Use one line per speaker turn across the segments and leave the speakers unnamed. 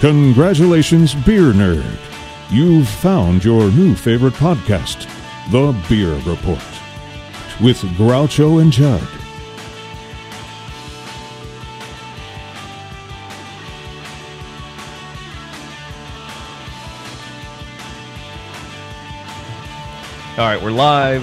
Congratulations, Beer Nerd. You've found your new favorite podcast, The Beer Report, with Groucho and Judd.
All right, we're live.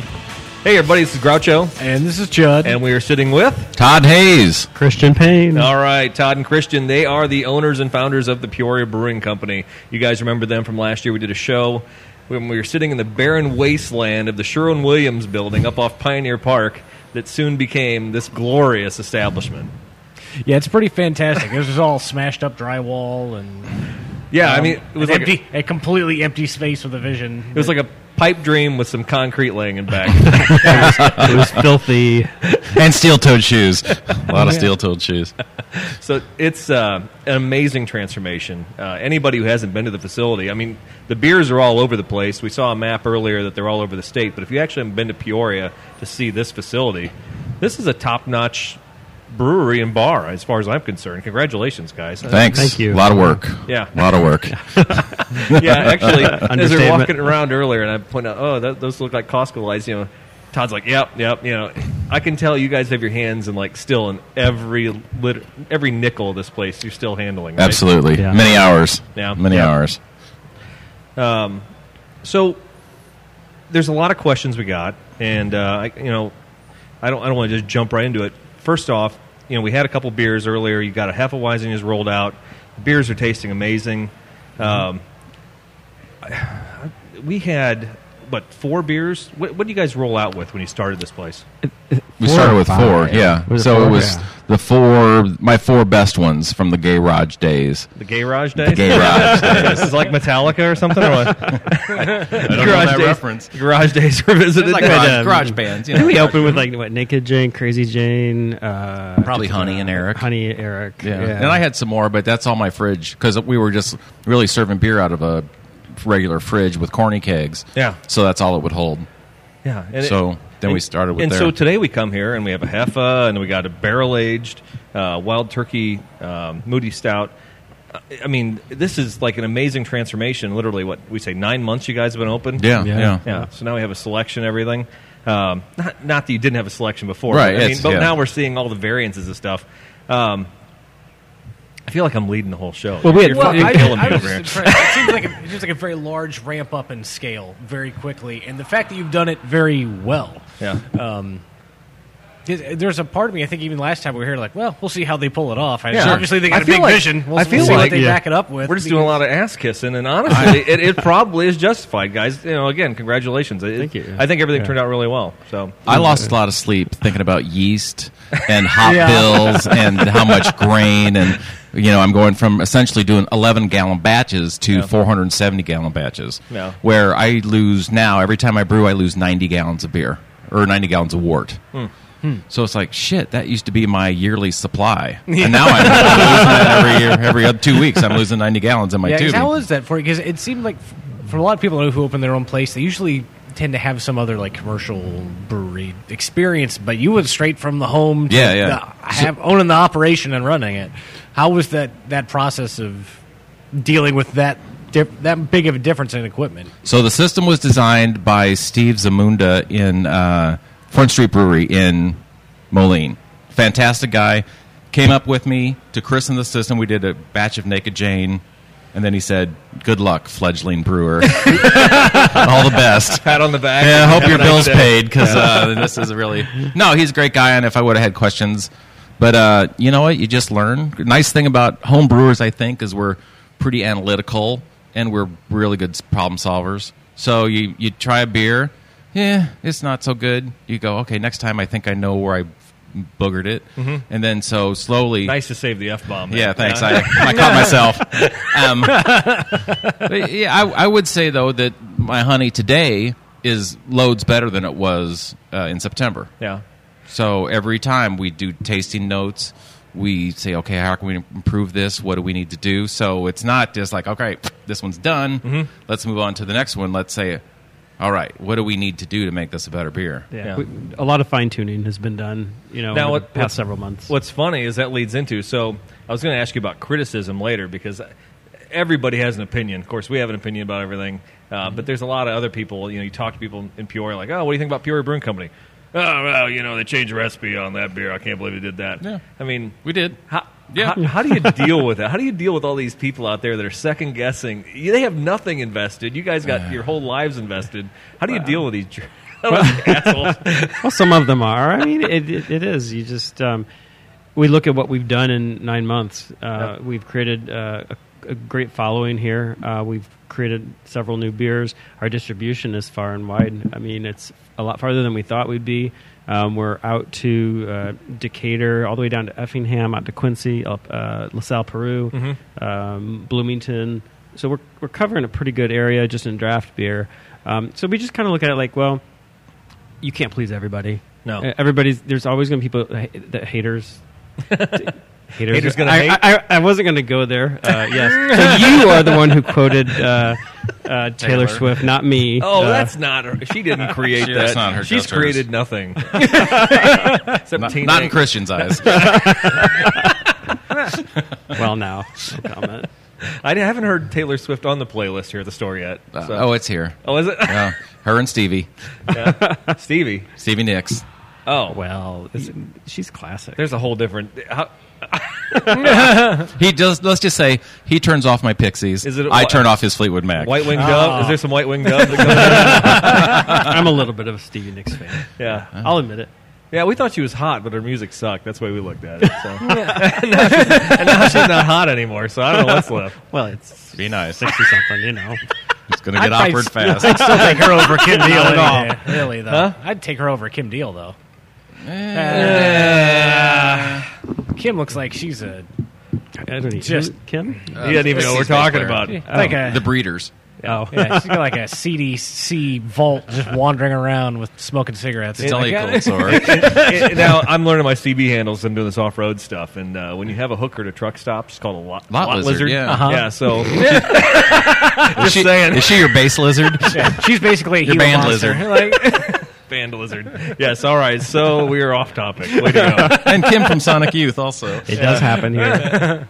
Hey, everybody, this is Groucho,
And this is Judd.
and we are sitting with.
Todd Hayes.
Christian Payne.
All right, Todd and Christian, they are the owners and founders of the Peoria Brewing Company. You guys remember them from last year? We did a show when we were sitting in the barren wasteland of the Sherwin Williams building up off Pioneer Park that soon became this glorious establishment.
Yeah, it's pretty fantastic. This is all smashed up drywall and
Yeah, I
um,
mean, it was
an
like
empty, a, completely empty space with a vision.
a, it was like a pipe dream with some concrete laying in back.
It was filthy.
And steel toed shoes. A lot of steel toed shoes.
So it's uh, an amazing transformation. Uh, anybody who hasn't been to the facility, I mean, the beers are all over the place. We saw a map earlier that they're all over the state, but if you actually haven't been to Peoria to see this facility, this is a top notch brewery and bar as far as I'm concerned. Congratulations, guys.
Thanks.
Thank
A
you.
lot of work.
Yeah.
A lot of work.
yeah, actually, as they're
Understatement.
walking around earlier, and I point out, oh, that, those look like Costco lights. You know, Todd's like, yep, yep. You know, I can tell you guys have your hands in like still in every lit- every nickel of this place. You're still handling. right?
Absolutely.
Yeah.
Many hours.
Yeah.
Many
Yeah.
hours.
So there's a lot of questions we got, and uh, I, you know, I don't I don't want to just jump right into it. First off, you know, we had a couple beers earlier. You got a Hefeweizen is rolled out. The beers are tasting amazing. Um, we had what four beers? What, what do you guys roll out with when you started this place?
We
Four
started
or
with
five.
four. Yeah.
Was it
so
four?
it was
Yeah.
the four, my four best ones from the Gay Raj days.
The Garage Days.
Garage
this is like Metallica or something. Or what? garage
that
days,
reference.
Garage Days revisited.
garage-
uh,
um, garage
bands.
I think we opened with like what Naked Jane, Crazy Jane, uh,
Probably Honey and Eric.
Honey Eric.
Yeah. And I had some more, but that's all my fridge because we were just really serving beer out of a regular fridge with corny kegs.
Yeah.
So that's all it would hold.
Yeah. and
So then we started with
And
there.
so today we come here and we have a Heffa and we got a barrel aged uh, wild turkey um, Moody Stout. I- I mean, this is like an amazing transformation. Literally, what we say, nine months you guys have been open.
Yeah. Yeah.
Yeah.
Yeah. So now we have a selection, everything. Um, not, not that you didn't have a selection before,
Right,
But, I mean,
it's-
but
yeah.
now we're seeing all the variances of stuff. Um, I feel like I'm leading the whole show.
Well, we had-
You're
well,
fucking
I-
killing me
was
over
just
here.
impressed. It seems, like a, it seems like a very large ramp up in scale very quickly, and the fact that you've done it very well.
Yeah.
There's there's a part of me, I think even last time we were here, like, well, we'll see how they pull it off. And
Yeah.
Obviously, they
I
got a
feel
big
like-
vision. We'll,
I
we'll
feel
see
like-
what they
yeah.
back it up with.
We're just doing a lot of ass kissing, and honestly, it, it probably is justified, guys. You know, again, congratulations. It-
Thank you.
I think everything turned out really well. So,
I lost a lot of sleep thinking about yeast and hop
Yeah.
bills and how much grain and you know I'm going from essentially doing 11 gallon batches to 470 gallon batches.
Yeah.
Where I lose now every time I brew I lose 90 gallons of beer or 90 gallons of wort.
Hmm.
So it's like shit. That used to be my yearly supply, and now I'm losing it every year, every other two weeks. I'm losing 90 gallons in my
Yeah, 'cause
tube.
how is that for you? Because it seemed like f- for a lot of people I know who open their own place, they usually tend to have some other like commercial brewery experience. But you went straight from the home, to
Yeah, yeah.
the- have, owning the operation and running it. How was that that process of dealing with that dif- that big of a difference in equipment?
So the system was designed by Steve Zamunda in uh, Front Street Brewery in Moline. Fantastic guy. Came up with me to christen the system. We did a batch of Naked Jane, and then he said, "Good luck, fledgling brewer. All the best."
pat on the back.
Yeah, I hope
Have a
your
nice
bill's
day.
paid because uh, this is really no. He's a great guy, and if I would have had questions, but uh, you know what, you just learn. Nice thing about home brewers, I think, is we're pretty analytical and we're really good s- problem solvers. So you you try a beer, yeah, it's not so good. You go, okay, next time I think I know where I boogered it,
Mm-hmm.
and then so slowly,
Nice to save the f bomb.
yeah, thanks. I, I caught myself. Um, but yeah, I, I would say though that my honey today is loads better than it was uh, in September.
yeah.
So every time we do tasting notes, we say, okay, how can we improve this? What do we need to do? So it's not just like, okay, this one's done.
Mm-hmm.
Let's move on to the next one. Let's say, all right, what do we need to do to make this a better beer?
Yeah.
We- a lot of fine tuning has been done. You know,
Now,
over
what-
the past
what-
several months.
What's funny is that leads into so I was going to ask you about criticism later because everybody has an opinion. Of course, we have an opinion about everything, uh,
Mm-hmm.
but there's a lot of other people. You know, you talk to people in Peoria, like, oh, what do you think about Peoria Brewing Company? Oh, well, you know, they changed the recipe on that beer. I can't believe they did that.
Yeah.
I mean,
We did.
how,
Yeah.
how, how do you deal with it? How do you deal with all these people out there that are second guessing? You- They have nothing invested. You guys got your whole lives invested. How do you deal with these jer- assholes?
well, some of them are. I mean, it, it, it is. You just um, we look at what we've done in nine months. Uh, We've created uh, a, a great following here. Uh, we've created several new beers. Our distribution is far and wide. I mean, it's a lot farther than we thought we'd be. Um, we're out to uh, Decatur, all the way down to Effingham, out to Quincy, up uh, LaSalle, Peru, um, Bloomington. So we're we're covering a pretty good area just in draft beer. Um, so we just kind of look at it like, well, you can't please everybody.
No.
Uh, everybody's. There's always going to be people that ha- that haters. haters.
Haters gonna
I,
hate?
I, I, I wasn't going to go there. Uh, yes. So you are the one who quoted uh, uh, Taylor,
Taylor.
Swift, not me.
Oh,
Uh,
that's not her. She didn't create
She-
that.
that's not her
She's
customers.
created nothing. Except
Not,
Teen
not in
Angst.
Christian's eyes.
well now. No comment.
I didn't- haven't heard Taylor Swift on the playlist here at the store yet.
Uh,
so-
oh, it's here.
oh, is it
Yeah. Her and Stevie.
Stevie?
Stevie Nicks.
Oh,
Well, it's, she's classic.
there's a whole different. How,
He does. Let's just say he turns off my Pixies.
Is it a
I
whi-
turn off his Fleetwood Mac.
white winged dove? Is there some white winged dove? That comes
I'm a little bit of a Stevie Nicks fan.
in? yeah,
I'll admit it.
yeah. We thought she was hot, but her music sucked. That's why we looked at it. So. and, now she's, and now she's not hot anymore. So I don't know what's left.
Well, it's
Be nice.
sixty something, you know.
It's going to get
I-
awkward
I-
fast.
Still take her over Kim Deal
any
at all. Really though, I'd take her over Kim Deal though. Uh, Kim looks like she's a
I don't need
Just-
Kim.
he doesn't even know what we're
Pixies bass
talking
player.
about.
like a
The Breeders.
Oh,
yeah, she's got like a CDC vault just wandering around with smoking cigarettes.
It's only a
like-
cold sore.
Eh, now I'm learning my CB handles. I'm doing this off road stuff, and uh, when you have a hooker at a truck stop, it's called a lot,
Lot lizard, yeah. Uh-huh.
yeah. So
Is she,
saying.
is she your bass lizard?
Yeah, she's basically a
Your
Gila
band
monster.
lizard.
like band lizard. Yes. All right. So we are off topic. Way to go.
and Kim from Sonic Youth also.
it does happen here.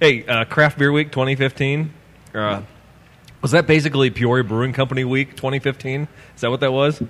Hey, uh, Craft Beer Week 2015. Uh, was that basically Peoria Brewing Company Week 2015? Is that what that was?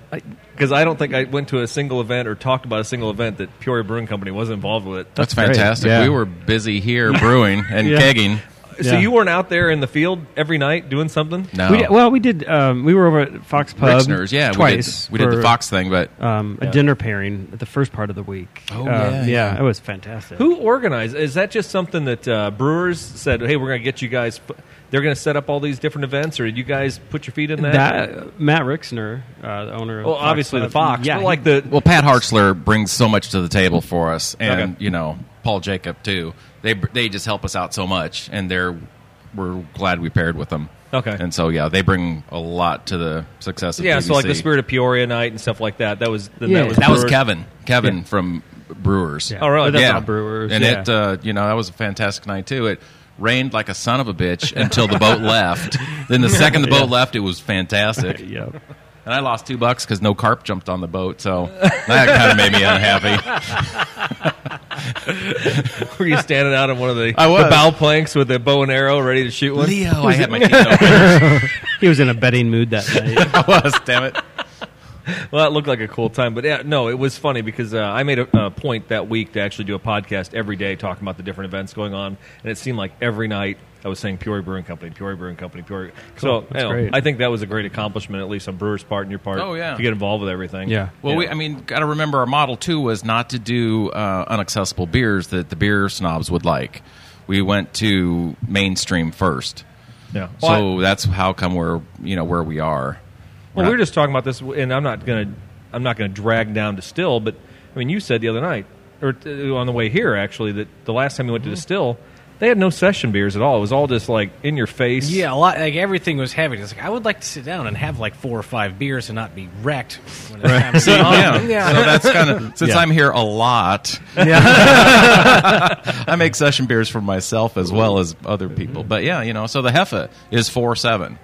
Because I, don't think I went to a single event or talked about a single event that Peoria Brewing Company was involved with.
That's, fantastic.
Yeah.
We were busy here brewing and
Yeah.
kegging.
So
Yeah.
you weren't out there in the field every night doing something?
No.
We did, well, we did. Um, we were over at Fox Pub.
Richners, yeah.
twice.
We did, we did
for,
the Fox thing, but
um, a dinner pairing at the first part of the week.
Oh,
Um,
yeah, yeah.
it was fantastic.
Who organized? Is that just something that uh, brewers said, "Hey, we're going to get you guys"? f- They're going to set up all these different events, or you guys put your feet in that?
That Matt Rixner, uh, the owner. of
well,
Fox
obviously the
uh,
Pub.
Fox,
Yeah,
but like
he-
the
well, Pat Hartzler brings so much to the table for us, and
Okay.
you know Paul Jacob too. They they just help us out so much, and they're we're glad we paired with them.
Okay.
and so yeah, they bring a lot to the success of
yeah, so like the
PVC.
Spirit of Peoria night and stuff like that. That was then
Yeah.
that was
That was
brewers.
Kevin, Kevin from Brewers.
Yeah.
Oh, really?
But That's
yeah.
not Brewers.
And
yeah.
it, uh, you know, that was a fantastic night too. It rained like a son of a bitch until the boat left. Then the second the boat left, it was fantastic. And
yeah.
I lost two bucks because no carp jumped on the boat, so that kind of made me unhappy.
Were you standing out on one of the,
I was.
the bow planks with a bow and arrow, ready to shoot one?
Leo, I had my teeth open.
He was in a betting mood that night.
I was, damn it.
Well, that looked like a cool time, but yeah, no, it was funny because uh, I made a, a point that week to actually do a podcast every day talking about the different events going on, and it seemed like every night I was saying Peoria Brewing Company, Peoria Brewing Company, Peoria. so
That's
you know,
great.
I think that was a Oh, great accomplishment, at least on Brewer's part and your part.
Oh, yeah.
to get involved with everything.
Yeah.
Well, we, I mean, got to remember our model too was not to do uh, unaccessible beers that the beer snobs would like. We went to mainstream first,
yeah. Well,
so that's how come we're you know where we are.
Well, we were just talking about this, and I'm not gonna I'm not gonna drag down Distill, but I mean, you said the other night or uh, on the way here actually that the last time you
Mm-hmm.
went to Distill, they had no session beers at all. It was all just like in your face.
Yeah, a lot. Like everything was heavy. It's like I would like to sit down and have like four or five beers and not be wrecked. When it's time to
So,
be on.
yeah.
Yeah.
so that's kind of since I'm here a lot. I make session beers for myself as well as other people. But yeah, you know, so the Heffa is four seven,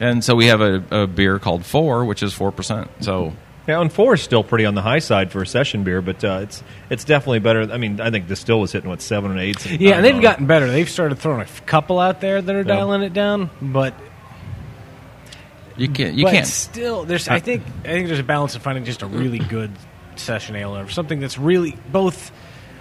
and so we have a, a beer called Four, which is four percent. So
Now, and four is still pretty on the high side for a session beer, but uh, it's it's definitely better. I mean, I think the still was hitting what seven and eight.
Yeah, and they've gotten better. They've started throwing a f- couple out there that are dialing it down, but
You can't. You
but
can't.
still there's
Uh,
I think I think there's a balance of finding just a really good session ale or something that's really both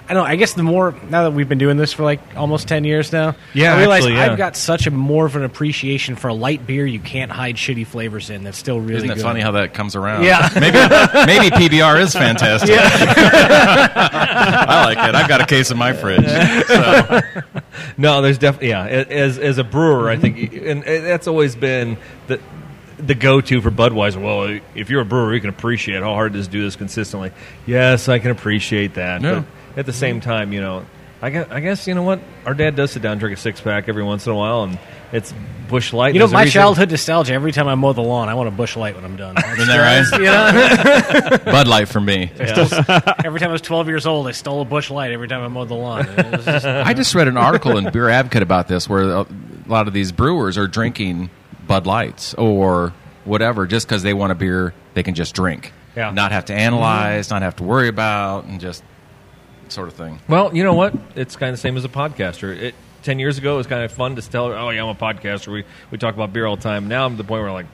I don't know, I guess the more now that we've been doing this for like almost 10 years now,
Yeah,
I realize
actually, yeah.
I've got such a more of an appreciation for a light beer you can't hide shitty flavors in that's still really
Isn't it
good.
funny how that comes around?
Yeah.
Maybe maybe PBR is fantastic. I like it. I've got a case in my fridge.
No, there's definitely yeah. a- As as a brewer, I think,
Mm-hmm.
and and that's always been the the go to for Budweiser. Well, if you're a brewer, you can appreciate how hard it is to do this consistently. Yes, I can appreciate that.
Yeah.
But at the same time, you know, I guess, I guess you know what our dad does sit down and drink a six pack every once in a while, and it's Bush Light.
You know,
There's a
my
reason-
childhood nostalgia. Every time I mow the lawn, I want a bush light when I'm done.
Isn't that right? Bud Light for me.
every time I was 12 years old, I stole a bush light every time I mowed the lawn. It was just-
I just read an article in Beer Advocate about this where a lot of these brewers are drinking Bud Lights or whatever just because they want a beer they can just drink.
Yeah.
Not have to analyze, not have to worry about, and just sort of thing.
Well, you know what? It's kind of the same as a podcaster. It, Ten years ago, it was kind of fun to tell her, "Oh yeah, I'm a podcaster. We we talk about beer all the time." Now I'm at the point where I'm like,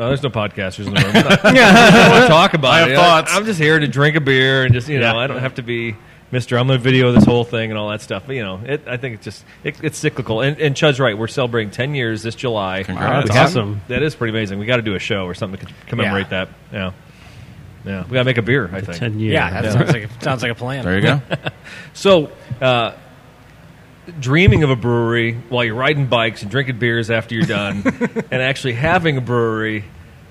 "Oh, there's no podcasters in the room. I don't want to talk about
have
it.
thoughts.
I'm just here to drink a beer and just you know, I don't have to be Mister. I'm going to video this whole thing and all that stuff. But you know, it, I think it's just it, it's cyclical. And, and Chud's right. We're celebrating ten years this July. We
Congrats.
That's
have-
awesome.
That is pretty amazing. We got to do a show or something to commemorate
Yeah.
that. Yeah, yeah. We got to make a beer. I think.
Ten years.
yeah, that sounds like a, sounds like a plan.
There you go.
So, uh, dreaming of a brewery while you're riding bikes and drinking beers after you're done, and actually having a brewery,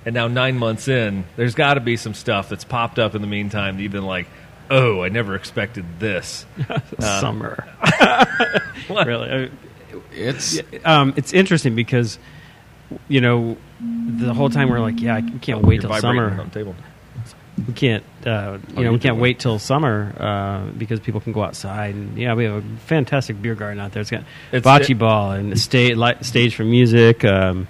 and now nine months in, there's got to be some stuff that's popped up in the meantime that you've been like, oh, I never expected this.
summer. really,
It's
um, it's interesting because you know the whole time we're like, yeah, I can't wait
You're
till
vibrating
summer.
on the table.
We can't, uh, you
Oh,
know,
you
we
do
can't
it.
wait till summer uh, because people can go outside. And yeah, we have a fantastic beer garden out there. It's got
It's-
bocce
it-
ball and a sta- light, stage for music. Um,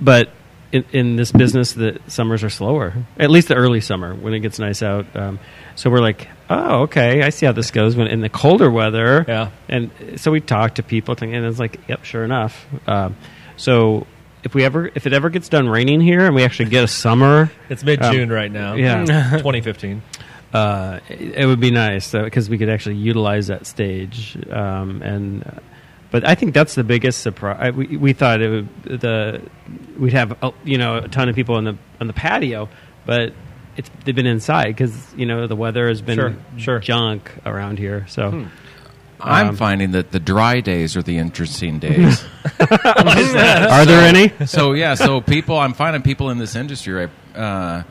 but in, in this business, the summers are slower. At least the early summer when it gets nice out. Um, so we're like, oh, okay, I see how this goes. When in the colder weather,
Yeah.
and so we talked to people, and it's like, yep, sure enough. Um, so if we ever, if it ever gets done raining here, and we actually get a summer,
It's mid June right now.
Um, yeah.
2015.
uh, it, it would be nice because we could actually utilize that stage. Um, and uh, but I think that's the biggest surprise. We, we thought it would the we'd have uh, you know a ton of people on the on the patio, but it's they've been inside because you know the weather has been
Sure, sure. Hmm.
junk around here. So
Um,
I'm finding that the dry days are the interesting days. are
there any?
So yeah, so people, I'm finding people in this industry, right, uh,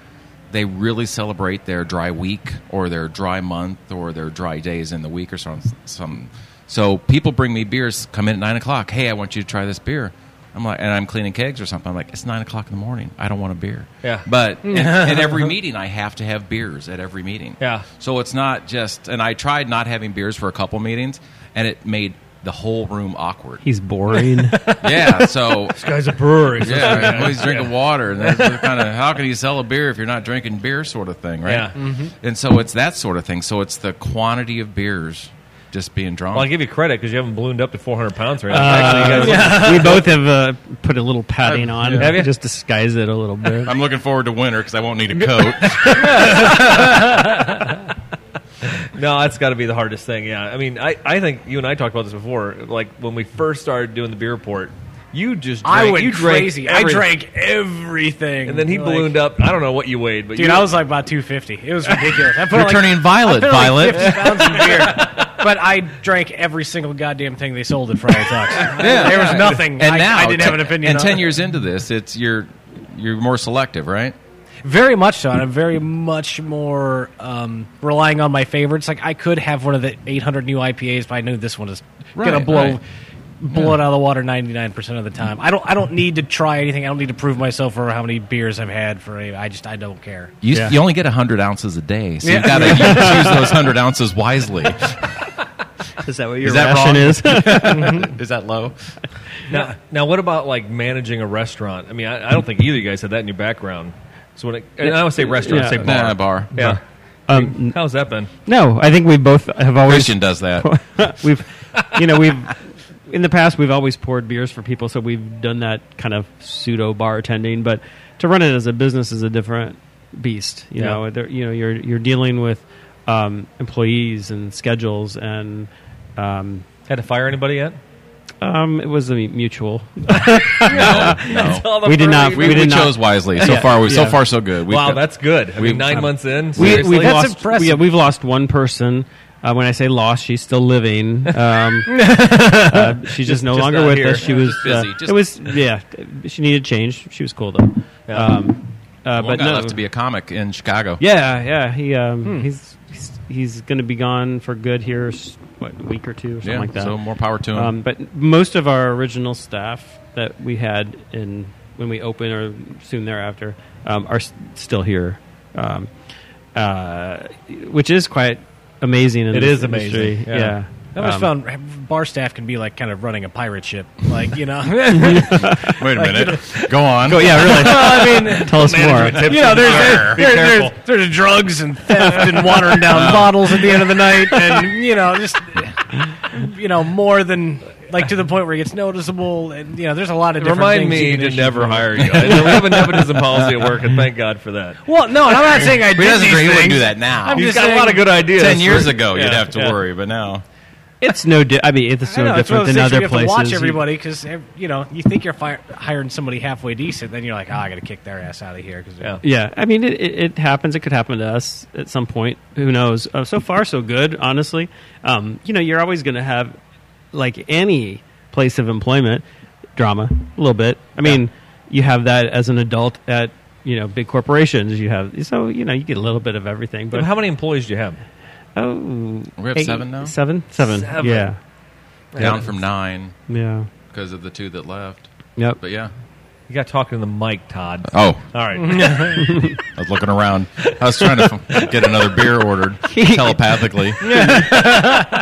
they really celebrate their dry week or their dry month or their dry days in the week or some some. So people bring me beers, come in at nine o'clock. Hey, I want you to try this beer. I'm like, and I'm cleaning kegs or something. I'm like, it's nine o'clock in the morning. I don't want a beer.
Yeah. Hmm.
But in, in every meeting, I have to have beers at every meeting.
Yeah.
So it's not just. And I tried not having beers for a couple meetings, and it made the whole room awkward.
he's boring.
yeah. So
This guy's a brewery.
yeah, everybody's drinking water, and that's kind of how can you sell a beer if you're not drinking beer, sort of thing, right?
Yeah.
And so it's that sort of thing. So it's the quantity of beers just being drawn.
Well, I give you credit because you haven't ballooned up to 400 pounds right now.
Uh,
Actually, you guys-
we both have uh, put a little padding on,
Have you?
just disguise it a little bit.
I'm looking forward to winter because I won't need a coat.
No, that's got to be the hardest thing. Yeah, I mean, I, I think you and I talked about this before. Like when we first started doing the beer report, you just drank,
I went
you drank
crazy. I
everything.
drank everything,
and then he
Like-
ballooned up. I don't know what you weighed, but
Dude,
you,
I was like about 250. It was ridiculous. I put
You're
like,
turning violet,
I put
violet.
Like 50 pounds of beer, but I drank every single goddamn thing they sold at Friday Talks. there was nothing.
And
I,
now
I didn't have an
ten-
opinion.
And
on
ten
it.
years into this, it's you're you're more selective, right?
very much so. And I'm very much more um, relying on my favorites. Like I could have one of the 800 new IPAs, but I knew this one is
Right,
gonna blow.
right.
Blow it out of the water ninety nine percent of the time. I don't. I don't need to try anything. I don't need to prove myself for how many beers I've had. For any, I just. I don't care.
You,
Yeah.
you only get hundred ounces a day, so you got to use those hundred ounces wisely.
Is that what your
Is that
ration
wrong?
is?
Is that low?
now, now what about like managing a restaurant? I mean, I, I don't think either of you guys had that in your background. So when it, and I don't say restaurant, I say
Yeah.
bar.
Nah, bar.
Yeah.
Um,
How's that been?
no, I think we both have always
Christian does that.
we've you know we've in the past we've always poured beers for people so we've done that kind of pseudo bartending but to run it as a business is a different beast you
Yeah.
know There- you know you're you're dealing with um, employees and schedules and um,
Had to fire anybody yet?
um, it was a mutual
No, no.
We did not-
We,
We
we
did not-
chose wisely. So far, we, so
Yeah.
far so good. We've
wow,
got-
that's good. I
we-
mean, nine
um,
months in.
we,
seriously?
we've
That's
lost
impressive.
we- we've lost one person uh, when I say lost, she's still living. Um, uh, she's just no
just
longer
not
with
here.
us. She
Yeah,
was
just busy.
uh,
Just-
it was yeah. She needed change. She was cool though.
Yeah.
Um, uh,
One
but
guy
no,
left to be Hmm. a comic in Chicago.
yeah, yeah. He um, he's he's, he's going to be gone for good here. s- What a week or two or something
Yeah,
like that.
So more power to him.
Um, but most of our original staff that we had in when we open or soon thereafter um, are s- still here, um, uh, which is quite amazing. In
It
this
is amazing,
industry.
yeah.
yeah.
I always
Um,
found bar staff can be like kind of running a pirate ship, like you know.
Wait a minute. Go on.
Oh yeah, really.
well, I mean,
Tell us more.
you know, there's
Arr.
there,
Be
there- there's,
careful.
there's drugs and theft and watering down bottles at the end of the night, and you know, just you know, more than like to the point where it gets noticeable, and you know, there's a lot of different
Remind
things you
me
can
to
issue
never
from it.
hire you. I know we have a nepotism policy at work, and thank God for that.
Well, no, and I'm not saying I
He
did
doesn't
these
agree. He wouldn't
things.
do that now.
I'm
You've
just
got a
saying-
lot of good ideas.
Ten years
for-
ago, you'd
Yeah,
have to
yeah.
worry, but now
it's no. Di- I mean, it's
I
no
know, it's one
different
of those
than
things
other
where you have
places.
to watch
You-
everybody because you know you think you're fire, hiring somebody halfway decent, then you're like, oh, I got to kick their ass out of here because
Yeah.
Yeah, I mean, it, it, it happens. It could happen to us at some point. Who knows? Uh, so far, so good. Honestly, um, you know, you're always going to have, like any place of employment, drama a little bit. I mean, you have that as an adult at you know big corporations. You have so you know you get a little bit of everything. But
How many employees do you have?
oh,
We have seven now?
Seven, seven,
Seven.
yeah,
down from nine
yeah,
because of the two that left.
yep.
But yeah.
You got talking to the mic, Todd.
Oh,
All right.
I was looking around. I was trying to f- get another beer ordered telepathically.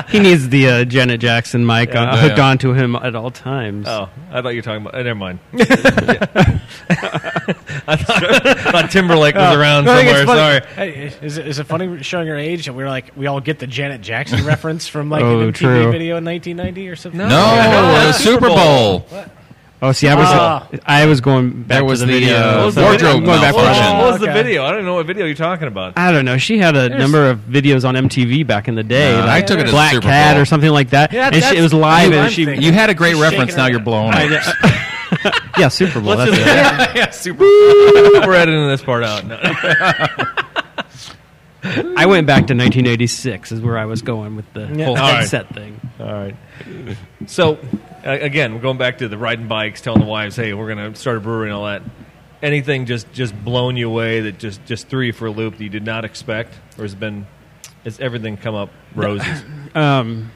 He needs the uh, Janet Jackson mic uh,
yeah,
hooked
yeah.
onto him at all times.
oh, I thought you were talking about. Uh, never mind. I thought, thought Timberlake was around
No, I think
somewhere.
it's funny.
Sorry.
Hey, eh, is, it, is it funny showing your age? And we were like, we all get the Janet Jackson reference from like
Oh,
an MTV
true.
video in 1990 or something.
No, it was Super Bowl.
Oh, see, I was
Ah.
I was going back
There was
to the,
the,
video.
uh, What was the wardrobe
I'm going back
What,
watching.
malfunction.
what was the
Okay.
video? I don't know what video you're talking about.
I don't know. She had a number of videos on MTV back in the day.
Nah,
like
Uh, I took it as
Black
Super
Cat
Bowl.
or something like that.
Yeah,
and she,
that's
it was live,
what
and
I'm
she
thinking.
You had a great
She's
reference.
shaking
Now
her
you're
head.
blown. Up.
yeah Super Bowl. That's it.
yeah, yeah, Super Bowl. We're editing this part out. No.
I went back to 1986 is where I was going with the whole
All right.
headset thing.
All right. So, a- again, we're going back to the riding bikes, telling the wives, "Hey, we're going to start a brewery and all that." Anything just just blown you away that just just threw you for a loop that you did not expect, or has been has everything come up roses?
um,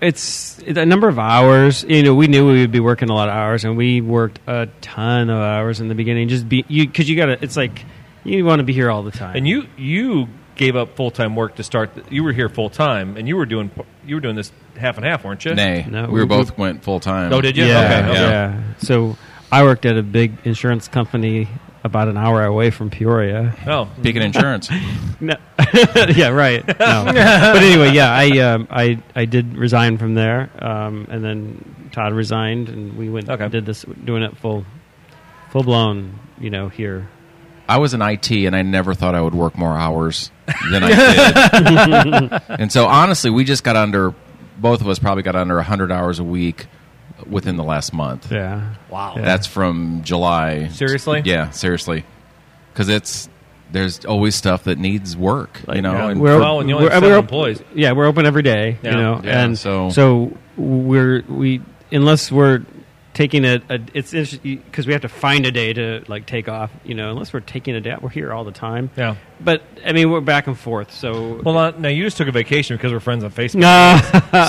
it's it- a number of hours. You know, we knew we would be working a lot of hours, and we worked a ton of hours in the beginning. Just be you because you got to. It's like you want to be here all the time.
and you you gave up full time work to start. The, you were here full time, and you were doing you were doing this half and half, weren't you?
Nay,
No,
we
we-
were both went full time.
Oh, did you?
yeah,
Okay, okay.
yeah. So I worked at a big insurance company about an hour away from Peoria.
Oh,
Pekin Insurance.
No. yeah, right. No. but anyway, yeah, I um, I I did resign from there, um, and then Todd resigned, and we went
Okay.
did this doing it full, full blown. You know, here.
I was in IT, and I never thought I would work more hours than I did. and so, honestly, we just got under. Both of us probably got under 100 hours a week within the last month.
Yeah.
Wow.
That's from July.
Seriously?
Yeah, seriously. Because it's there's always stuff that needs work, you know.
yeah.
and-
We're- Well, and you only have
and
seven
op-
employees.
Yeah, we're open every day.
Yeah.
You know,
Yeah,
and
so-
so so we're we unless we're taking a, a it's interesting because we have to find a day to like take off. You know, unless we're taking a day, we're here all the time.
yeah.
But I mean, we're back and forth. So
Well, uh, now you just took a vacation because we're friends on Facebook.
no.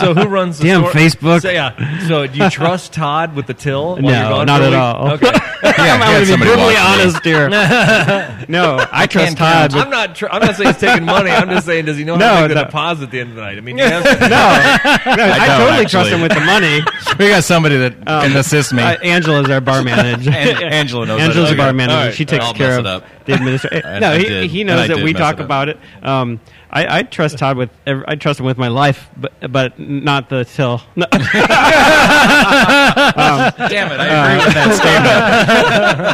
So who runs the
Damn,
store?
Facebook.
So, yeah. So do you trust Todd with the till? while
No,
you're gone
not
for a
at
week?
all.
Okay.
yeah,
I'm
yeah,
going to be
somebody
brutally
watch me.
honest here. no, I
can't
trust Todd.
I'm not. Tr- I'm not saying he's taking money. I'm just saying, does he know how
No,
to make the
no.
deposit at the end of the night? I mean, he has-
but- no, I,
don't,
totally trust
actually.
him with the money.
We got somebody that
Um,
can assist me.
Uh, Angela's our bar manager.
Angela knows.
Angela's
that.
a bar
Okay.
manager.
All right.
She takes
I'll
care
mess
of
it up.
the administration.
And
no,
I
he,
did.
he
And
knows
I
that
did
we
mess
talk
it up.
about it. Um, I, I trust Todd with every, I trust him with my life, but but not the till. No.
Damn it, I agree
Uh,
with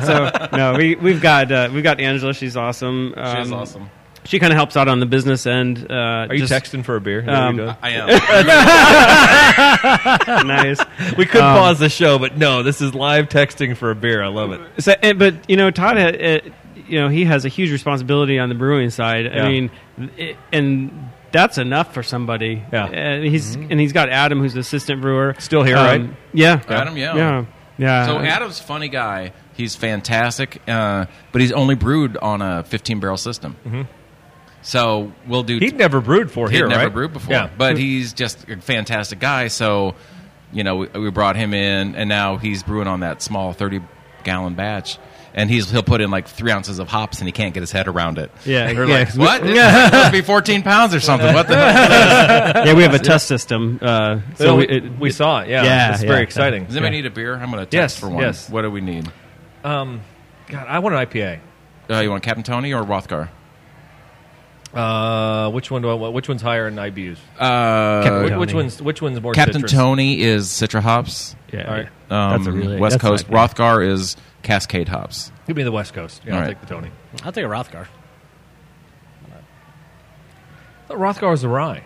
that
so no, we we've got uh, we've got Angela. She's awesome. Um,
She's awesome.
She kind of helps out on the business end. Uh, Are
Are you texting for a beer? Is that what
um,
you're doing?
I am.
Nice.
we could
Um,
pause the show, but no, this is live texting for a beer. I love it.
So, and, but you know, Todd, had, uh, you know, he has a huge responsibility on the brewing side.
Yeah.
I mean, it, and that's enough for somebody. Eh,
Yeah.
And he's
Mm-hmm.
and he's got Adam, who's the assistant brewer, Um,
Still here, right?
Yeah.
Adam, yeah.
Yeah. Yeah.
So
Uh-huh.
Adam's a funny guy. He's fantastic, uh, but he's only brewed on a 15 barrel system. So we'll do.
Mm-hmm. He'd never brewed for
he'd
here,
never
right?
brewed before,
Yeah.
but he's just a fantastic guy. So you know, we, we brought him in, and now he's brewing on that small 30 gallon batch. And he's he'll put in like three ounces of hops, and he can't get his head around it.
Yeah,
We're
yeah.
like, what? It must be 14 pounds or something. What the? Heck?
yeah, we have a test system. Uh, so
So we,
we, it,
we saw it. Yeah,
Yeah,
it's very
yeah.
exciting.
Does anybody need a beer? I'm going to text
Yes,
for one.
yes.
What do we need?
Um, God, I want an IPA.
Uh, you want Captain Tony or Rothgar?
Uh, which one do I want? Which one's higher in IBUs?
Uh,
Which-
Tony.
which one's which one's more
Captain
citrus?
Tony is Citra hops.
yeah,
All right,
Um,
That's a really-
West
that's
Coast.
not
Rothgar is Cascade hops.
give me the West Coast. Yeah,
All
I'll
right.
take the Tony.
I'll take a Rothgar.
The Rothgar is the rye.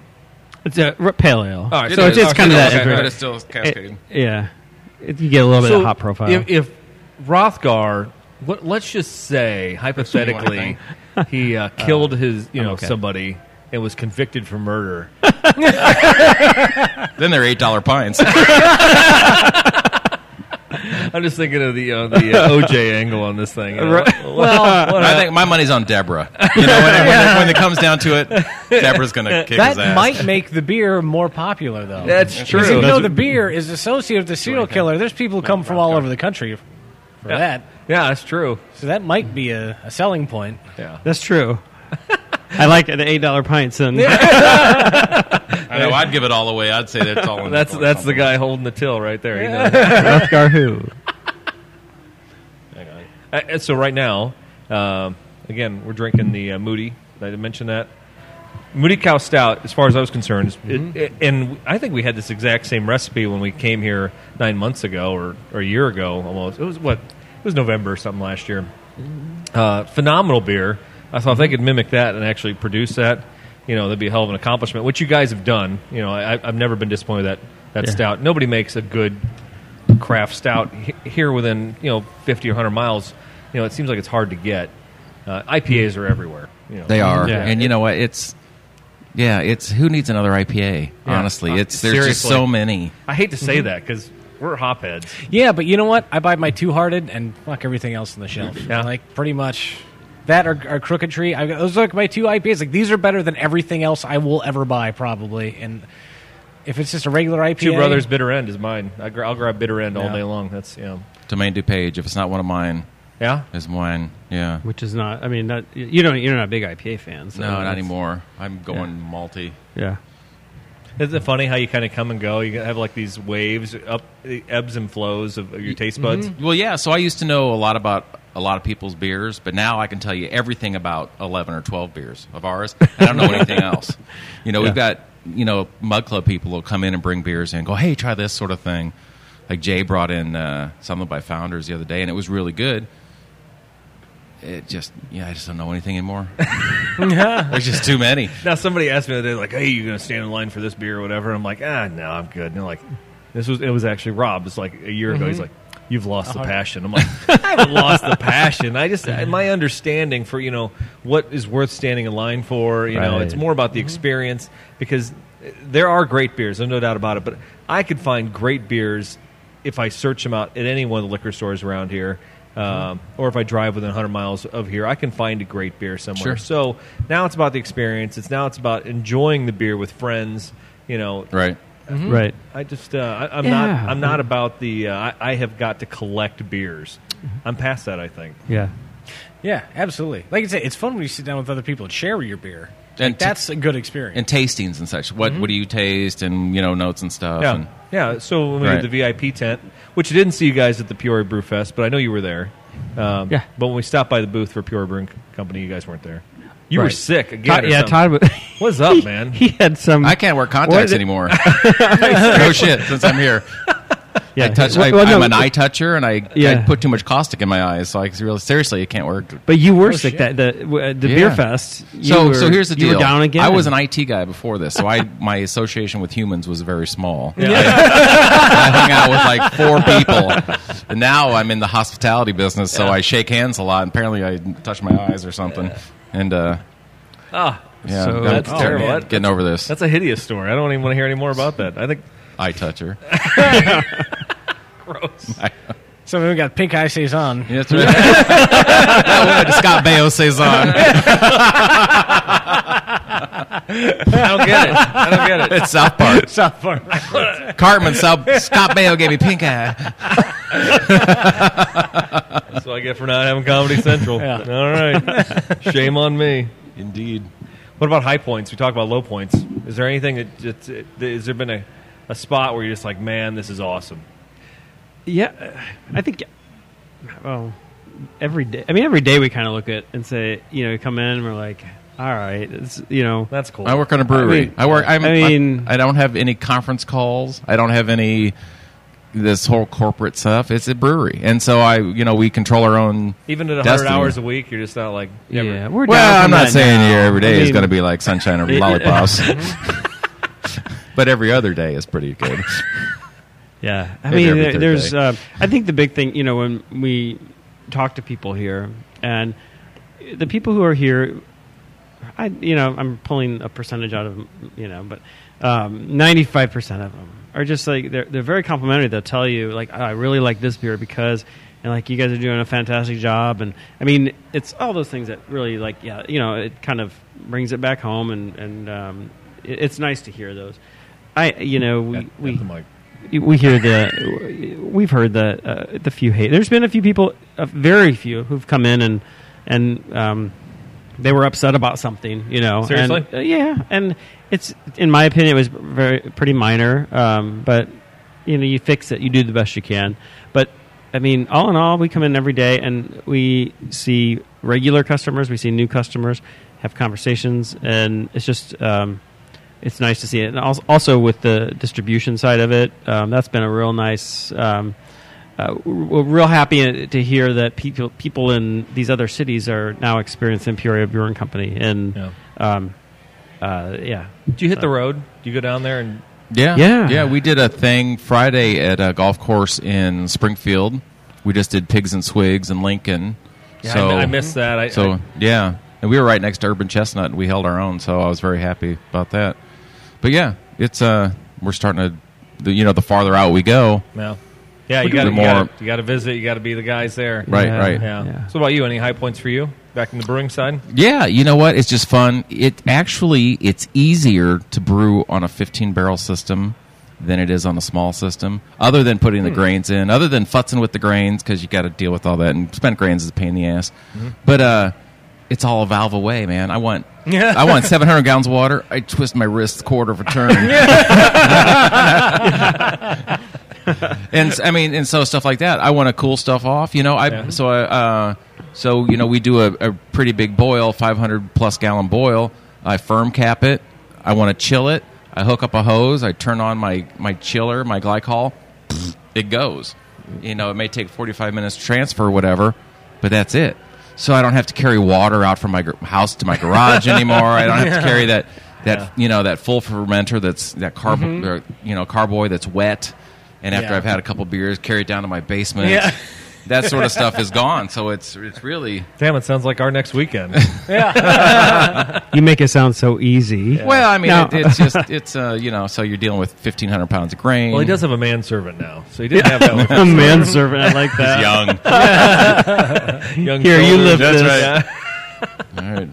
it's a r- pale ale.
All right,
so it's, it's kind of that.
but it's still Cascade.
it- yeah, It- you get a little bit of hot profile.
If, if Rothgar, what, let's just say hypothetically, he uh, killed his you know
okay.
somebody and was convicted for murder.
then they're eight dollar pints.
I'm just thinking of the uh, the uh, OJ angle on this thing. you know.
Well,
I think my money's on Deborah. You know, when, it- when, it, when it comes down to it, Deborah's going to kick his
that
ass.
might make the beer more popular, though.
that's
Because
true.
even though the beer is associated with the serial killer, there's people who come from all over the country for that.
Yeah, that's true.
So that might be a, a selling point.
Yeah.
That's true. I like the eight dollar pints and
I know. I'd give it all away. I'd say that's all. In
That's that's the guy holding the till right there. You know?
Rothgar who.
Uh, and so right now, um, again, we're drinking the uh, Moody. I didn't mention that. Moody Cow Stout, as far as I was concerned, is- it, it- and I think we had this exact same recipe when we came here nine months ago or, or a year ago almost. It was what? It was November or something last year. Uh, phenomenal beer. I thought if they could mimic that and actually produce that, you know, that'd be a hell of an accomplishment, which you guys have done. You know, I, I've never been disappointed with that, that stout. Nobody makes a good craft stout he- here within you know 50 or 100 miles you know it seems like it's hard to get uh, ipas are everywhere you know.
They are,
Yeah.
and you know what? It's yeah. It's who needs another IPA?
Yeah.
Honestly,
Uh,
it's there's just
seriously.
so many.
i hate to say that because we're hopheads
Yeah, but you know what? I buy my Two Hearted and fuck everything else on the shelf.
Yeah.
Like pretty much that or, or Crooked Tree. I, those are like my two IPAs. Like these are better than everything else I will ever buy probably. And if it's just a regular IPA,
two brothers bitter end is mine I gra- i'll grab bitter end all
Yeah.
day long that's yeah
Domaine DuPage. If it's not one of mine,
yeah
is mine. Yeah.
Which is not. I mean, that, you don't. You're not a big IPA fan. So
No, not
that's-
anymore. I'm going multi.
Yeah.
isn't it funny how you kind of come and go you have like these waves up the ebbs and flows of of your taste buds
Well, yeah. So I used to know a lot about a lot of people's beers, but now I can tell you everything about eleven or twelve beers of ours. and I don't know anything else. You know, we've got you know mug club people will come in and bring beers and go, "Hey, try this sort of thing." Like Jay brought in uh, something by Founders the other day, and it was really good. It just, yeah, I just don't know anything anymore. There's just too many.
Now somebody asked me the other day, like, "Hey, you gonna stand in line for this beer or whatever?" I'm like, "Ah, no, I'm good." And they're like, "This was it was actually Rob. It's like a year ago. He's like, you've lost the passion." I'm like, "I haven't lost the passion. I just my understanding for you know what is worth standing in line for. You know,
Right.
it's more about the experience because there are great beers. There's no doubt about it. But I could find great beers if I search them out at any one of the liquor stores around here. Um, or if I drive within 100 miles of here, I can find a great beer somewhere.
Sure.
So now it's about the experience. It's now it's about enjoying the beer with friends. You know,
Right. Mm-hmm.
Right.
I just uh, I, I'm
Yeah.
not I'm not about the uh, I, I have got to collect beers. I'm past that. I think.
Yeah.
Yeah, absolutely. Like I said, it's fun when you sit down with other people and share your beer.
And
Like,
t-
that's a good experience.
And tastings and such. What what do you taste and you know notes and stuff.
Yeah,
And,
yeah. So when we
Right.
did the VIP tent, which I didn't see you guys at the Peoria Brew Fest, but I know you were there. Um,
Yeah.
But when we stopped by the booth for Pure Brewing Company, you guys weren't there. You were
Right.
sick again.
Todd,
or
yeah,
something.
Todd. was-
What's up, man?
He had some.
I can't wear contacts
What?
anymore. no shit, since I'm here.
yeah,
I touch,
well,
I,
well, no,
I'm an eye toucher, and I,
Yeah.
I put too much caustic in my eyes, so I really, seriously, I can't wear.
But you were sick that the w- uh, the
Oh, Yeah.
beer fest. you
So,
were-
so here's the deal.
You were down again.
I was an IT guy before this, so I my association with humans was very small. I hung out with like four people, and now I'm in the hospitality business, so I shake hands a lot. And apparently, I touch my eyes or something, and uh,
Ah,
yeah,
So-
I'm
That's
getting-
terrible. That-
Getting over this,
that's a hideous story. I don't even want to hear any more about that. I think
eye toucher.
gross.
Some of them got pink eye saison.
Yeah, that's right. that woman to Scott Baio Saison.
I don't get it. I don't get it.
It's South Park.
South Park.
Cartman, South, Scott Baio gave me pink eye.
That's what I get for not having Comedy Central.
Yeah.
All right. Shame on me.
Indeed.
What about high points? We talked about low points. Is there anything that that's- it, has there been a, a spot where you're just like, man, this is awesome?
yeah. I think. Well, every day. I mean, every day we kind of look at and say, you know, we come in and we're like, all right, it's you know,
That's cool.
I work on a brewery. I,
I mean-
work. I'm,
I mean-
I, don't have any conference calls. I don't have any this whole corporate stuff. It's a brewery, and so I, you know, we control our own.
Even at 100
Destiny.
hours a week, you're just not like, never.
yeah, we're. down
Well, I'm
from
not
that
saying
now.
your every day
I
is
mean, Mm-hmm.
going to be like sunshine or
It-
lollipops, but every other day is pretty good.
Yeah, I
Maybe
mean,
every
there,
third
there's.
day.
Uh, I think the big thing, you know, when we talk to people here, and the people who are here, I, you know, I'm pulling a percentage out of, 'em, you know, but um, ninety-five percent of them are just like they're they're very complimentary. They'll tell you like, oh, I really like this beer because. And like you guys are doing a fantastic job, and I mean, it's all those things that really like, yeah, you know, it kind of brings it back home, and and um, it, it's nice to hear those. I, you know, we
At- at
we
the mic.
we hear the we've heard the uh, the few hate. There's been a few people, uh, very few, who've come in and and um, they were upset about something. You know,
Seriously?
And, uh, yeah, and it's in my opinion, it was very pretty minor. Um, but you know, you fix it, you do the best you can. But I mean, all in all, we come in every day and we see regular customers, we see new customers, have conversations, and it's just. Um, it's nice to see it. And als- also with the distribution side of it, um, that's been a real nice. Um, uh, we're real happy uh, to hear that people people in these other cities are now experiencing Peoria Brewing Company, and
Yeah.
um, uh, yeah,
Do you hit the road? Do you go down there and
Yeah.
Yeah.
Yeah. We did a thing Friday at a golf course in Springfield. We just did Pigs and Swigs in Lincoln.
Yeah,
so,
I, I missed that. I,
So,
I-
yeah. And we were right next to Urban Chestnut and we held our own. So I was very happy about that. But yeah, it's, uh, we're starting to, the- you know, the farther out we go.
no. Yeah,
We
you
do
got
more-
to you got to visit. You got to be the guys there.
Right,
Yeah.
right.
Yeah.
Yeah.
So, what about you? Any high points for you back in the brewing side?
Yeah, you know what? It's just fun. It actually it's easier to brew on a 15 barrel system than it is on a small system. Other than putting the grains in, other than futzing with the grains because you got to deal with all that and spent grains is a pain in the ass. But uh, it's all a valve away, man. I want
Yeah.
I want 700 gallons of water. I twist my wrist quarter of a turn. and s- I mean, and so stuff like that. I want to cool stuff off, you know. I
Yeah.
so I uh, so you know we do a, a pretty big boil, five hundred plus gallon boil. I firm cap it. I want to chill it. I hook up a hose. I turn on my my chiller, my glycol. It goes. You know, it may take forty five minutes to transfer, whatever, but that's it. So I don't have to carry water out from my gr- house to my garage anymore. I don't have to carry that that you know that full fermenter that's that carb or, you know carboy that's wet. And after
Yeah.
I've had a couple beers, carry it down to my basement.
Yeah.
that sort of stuff is gone. So it's it's really
Damn, it sounds like our next weekend.
you make it sound so easy.
well. I mean,
No.
it, it's just it's uh, you know. So you're dealing with 1,500 pounds of grain.
well, he does have a manservant now, so he didn't have that. With
A manservant, I like that.
young.
young
Here, you
shoulders.
live That's this.
All right.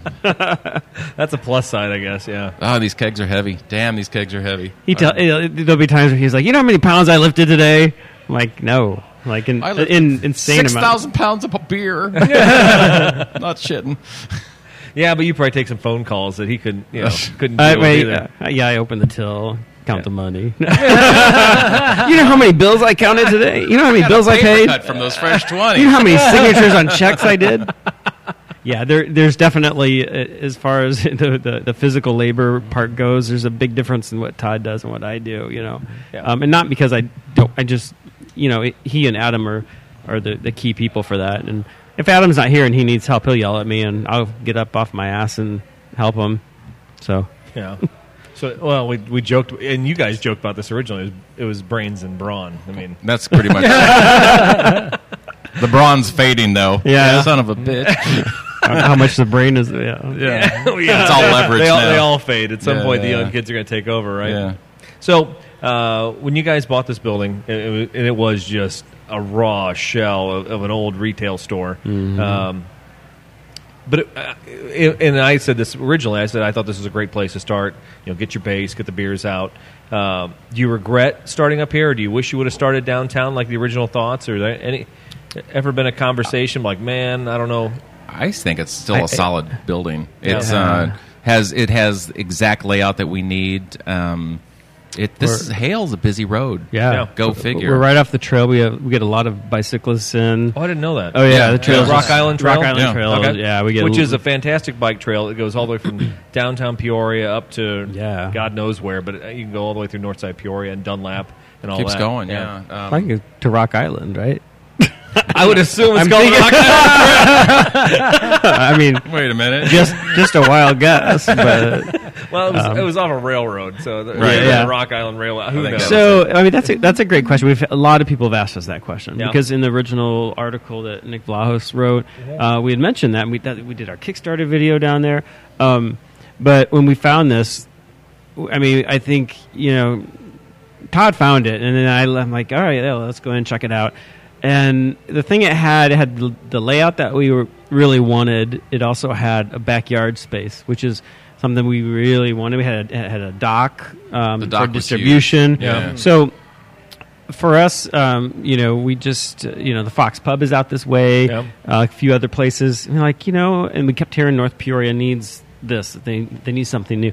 That's a plus side, I guess. Yeah.
Oh, these kegs are heavy. Damn, these kegs are heavy.
He tell, uh, there'll be times where he's like, you know how many pounds I lifted today? I'm like, no, like in,
I lift
in insane
Six
amount.
thousand pounds of beer. Not shitting.
Yeah, but you probably take some phone calls that he couldn't, you know, couldn't do
Uh, wait,
either.
uh, yeah, I opened the till. count the money. you
You know how many bills I counted today? You know how many bills I
Paper
paid?
cut from those fresh
You know
twenty.
how many signatures on checks I did?
yeah, there, there's definitely, uh, as far as the, the, the physical labor part goes, there's a big difference in what Todd does and what I do, you know.
Yeah.
Um, and not because I don't, I just, you know, it, he and Adam are, are the, the key people for that. And if Adam's not here and he needs help, he'll yell at me and I'll get up off my ass and help him. So,
Yeah. So well, we we joked, and you guys joked about this originally. It was, it was brains and brawn. I mean,
That's pretty much. the bronze fading though.
Yeah.
son of a bitch.
how much the brain is, yeah.
yeah,
It's all leverage
They all,
now.
they all fade at some
Yeah,
point. The
yeah.
young kids are going to take over, right?
Yeah.
So uh, when you guys bought this building, it, it, was- and it was just a raw shell of, of an old retail store. Um, but it, uh, it- and I said this originally. I said I thought this was a great place to start. You know, get your base, get the beers out. Um, do you regret starting up here, or do you wish you would have started downtown like the original thoughts? Or there any ever been a conversation like, man, I don't know.
I think it's still a solid building. It's
Yeah.
uh, has it has the exact layout that we need. Um, it this is, Hale's a busy road.
Yeah.
Yeah.
go figure.
We're right off the trail. We have, we get a lot of bicyclists in.
Oh, I didn't know that.
Oh yeah,
Yeah.
the trail,
Yeah.
Rock Island Trail?
Rock Island
Yeah.
Trail.
Okay.
Yeah, we get
which is a fantastic bike trail. It goes all the way from downtown Peoria up to
Yeah.
God knows where, but uh, you can go all the way through Northside Peoria and Dunlap and all
keeps
that.
going. Yeah, Um,
I think to Rock Island, right?
I would assume it's going. to Rock
I mean,
wait a minute.
just just a wild guess, but
well, it was, it was off a railroad, so the,
Right.
the
Um, Yeah.
Rock Island Railroad. Who
think
knows?
that
so I mean that's a, that's a great question. We've a lot of people have asked us that question
Yeah.
because in the original article that Nick Vlahos wrote, uh, we had mentioned that and we that, we did our Kickstarter video down there. Um, but when we found this, w- I mean, I think you know Todd found it, and then I, I'm like, all right, yeah, let's go ahead and check it out. And the thing it had it had the- the layout that we were, really wanted. It also had a backyard space, which is something we really wanted. We had a, had a dock, um,
The dock
for
was
distribution.
huge. Yeah.
So for us, um, you know, we just uh, you know the Fox Pub is out this way,
Yep.
uh, a few other places. And we're like you know, and we kept hearing North Peoria needs this. They they need something new,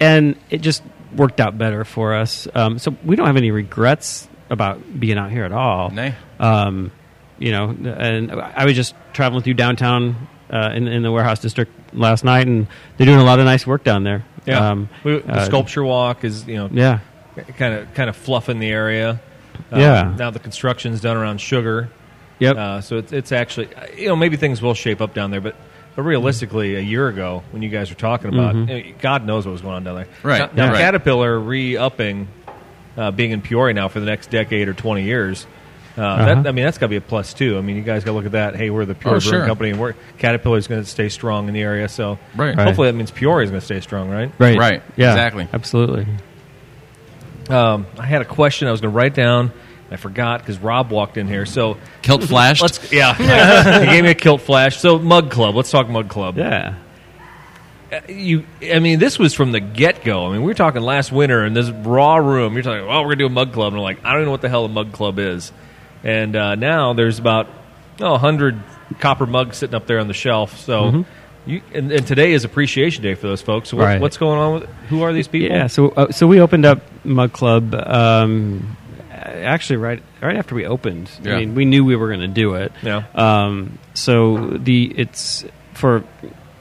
and it just worked out better for us. Um, so we don't have any regrets about being out here at all.
Nay.
Um, you know, and I was just traveling through downtown uh, in, in the warehouse district last night, and they're doing a lot of nice work down there.
yeah,
Um,
we, the
uh,
sculpture walk is you know
Yeah.
kind of kind of fluffing the area. Uh,
Yeah.
Now the construction's done around Sugar.
Yep.
Uh, so it's, it's actually, you know, maybe things will shape up down there, but, but realistically, a year ago when you guys were talking about, eh, God knows what was going on down there.
Mm-hmm. Right,
Now, now
yeah, right.
Caterpillar re-upping, uh, being in Peoria now for the next decade or twenty years. Uh, that, I mean, that's got to be a plus too. I mean, you guys got to look at that. Hey, we're the Peoria
Uh-huh. Oh,
Brewing
sure.
Company, and we're Caterpillar's going to stay strong in the area. So
Right. Right.
hopefully, that means Peoria's going to stay strong, right?
Right.
Right.
Yeah.
Exactly.
Absolutely.
Um, I had a question I was going to write down. I forgot because Rob walked in here. So
Kilt flashed.
Let's yeah. he gave me a kilt flash. So Mug Club. Let's talk Mug Club.
Yeah.
You, I mean, this was from the get go. I mean, we were talking last winter in this raw room. You're talking, well, we're gonna do a Mug Club, and I'm like, I don't even know what the hell a Mug Club is. And uh, now there's about oh, hundred copper mugs sitting up there on the shelf. So. You, and, and today is Appreciation Day for those folks. So what,
Mm-hmm. Right.
What's going on with who are these people?
Yeah. So uh, so we opened up Mug Club. Um, actually, right right after we opened.
Yeah.
I mean, we knew we were going to do it.
Yeah.
Um, so the it's for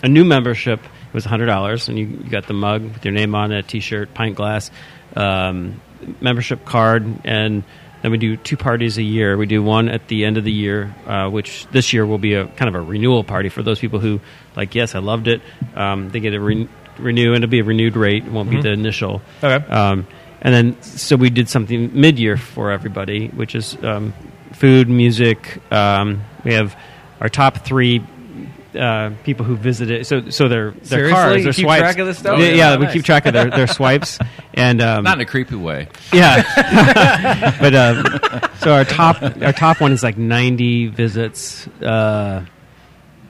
a new membership. It was hundred dollars, and you, you got the mug with your name on it, a T-shirt, pint glass, um, membership card, and then we do two parties a year. We do one at the end of the year, uh, which this year will be a kind of a renewal party for those people who like. Yes, I loved it. Um, they get a re- renew, and it'll be a renewed rate. It won't be the initial.
Okay.
Um, and then, so we did something mid year for everybody, which is um, food, music. Um, we have our top three uh, people who visited. So, so their, their
Seriously?
cards,
You
their
keep
swipes.
track of this stuff?
Yeah,
Oh,
yeah,
yeah.
we
Nice.
keep track of their, their swipes. And um,
not in a creepy way.
yeah, but um, so our top our top one is like 90 visits uh,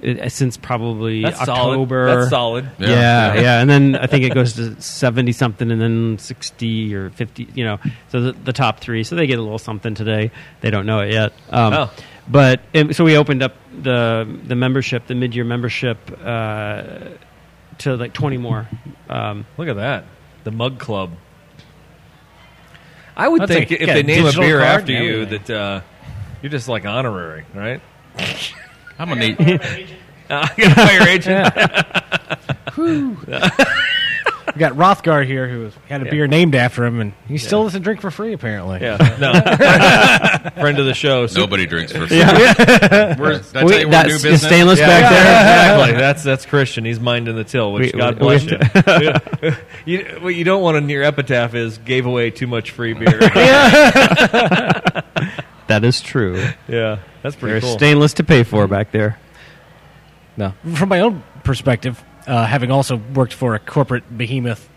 it, since probably
That's
October.
solid. That's solid.
Yeah.
Yeah,
Yeah.
yeah, and then I think it goes to seventy something, and then sixty or fifty. You know, so the, the top three. So they get a little something today. They don't know it yet. Um,
Oh.
But and so we opened up the the membership, the mid year membership, uh, to like twenty more. Um,
Look at that. The Mug Club. I would
That's
think
like,
if
yeah,
they name a
digital
beer
card
after
and
you,
everything.
that uh, you're just like honorary, right?
I'm gonna need.
Uh, I got a fire agent.
We got Rothgard here who had a
Yeah.
beer named after him, and he still doesn't drink for free apparently.
Yeah, no. Friend of the show. So
Nobody drinks for free. Yeah. We're, did I tell you we're new
that's
business.
stainless
Yeah,
back
yeah,
there.
Exactly. That's that's Christian. He's minding the till, which
We-
God
we-
bless you. you. What you don't want on your epitaph is gave away too much free beer.
That is true.
yeah, that's pretty
There's
cool.
stainless to pay for back there.
From my own perspective, uh, having also worked for a corporate behemoth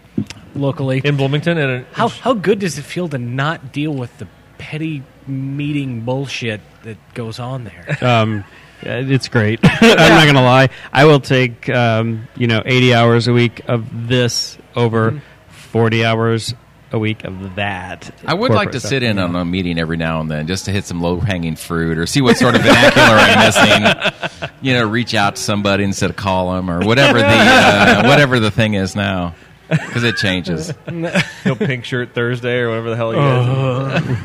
locally,
in Bloomington, and a-
how how good does it feel to not deal with the petty meeting bullshit that goes on there?
Um, uh, it's great. I'm not going to lie. I will take um, you know 80 hours a week of this over 40 hours a week of that.
I would like
corporate
to
stuff.
sit in on a meeting every now and then just to hit some low hanging fruit or see what sort of vernacular I'm missing. You know, reach out to somebody instead of call them or whatever the uh, whatever the thing is now because it changes.
no pink shirt Thursday or whatever the hell you guys.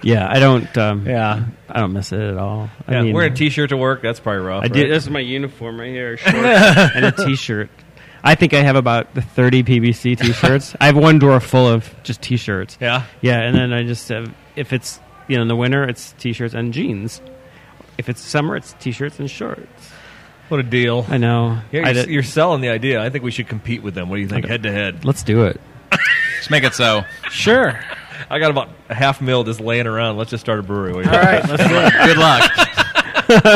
Yeah, I don't. Um,
yeah,
I don't miss it at all. I
yeah,
mean,
wearing a t-shirt to work. That's probably rough.
Oh. I did.
right?
This is my uniform right here, shorts and a T-shirt. I think I have about 30 PBC T-shirts. I have one drawer full of just T-shirts.
Yeah.
Yeah, and then I just have, if it's you know in the winter it's t-shirts and jeans. If it's summer, it's t-shirts and shorts.
What a deal.
I know.
You're,
I
you're,
did-
you're selling the idea. I think we should compete with them. What do you think? Head to head.
let's do it.
Just make it so.
sure.
I got about a half mil just laying around. Let's just start a brewery. What do you
All
think?
right, let's do it.
Good luck.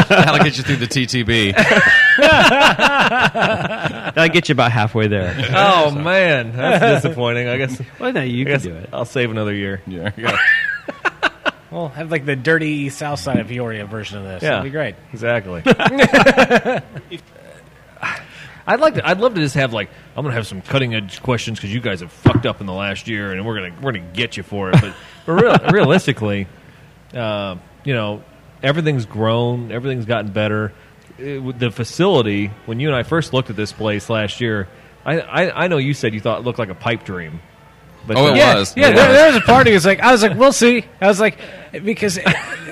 That'll get you through the TTB.
That'll get you about halfway there.
Oh man, that's disappointing. I guess.
well, no, you
I
can
guess
do it.
I'll save another year.
Yeah, yeah.
Well, have like the dirty south side of Peoria version of this.
Yeah.
That'd be great.
Exactly. I'd like to. I'd love to just have like I'm gonna have some cutting edge questions because you guys have fucked up in the last year, and we're gonna we're gonna get you for it. But but real, realistically, uh, you know, everything's grown, everything's gotten better. It, with the facility, when you and I first looked at this place last year, I I, I know you said you thought it looked like a pipe dream. But
Oh,
uh,
it
yeah,
was.
Yeah,
It
There,
was.
there was a part of me that's like, I was like, we'll see. I was like, because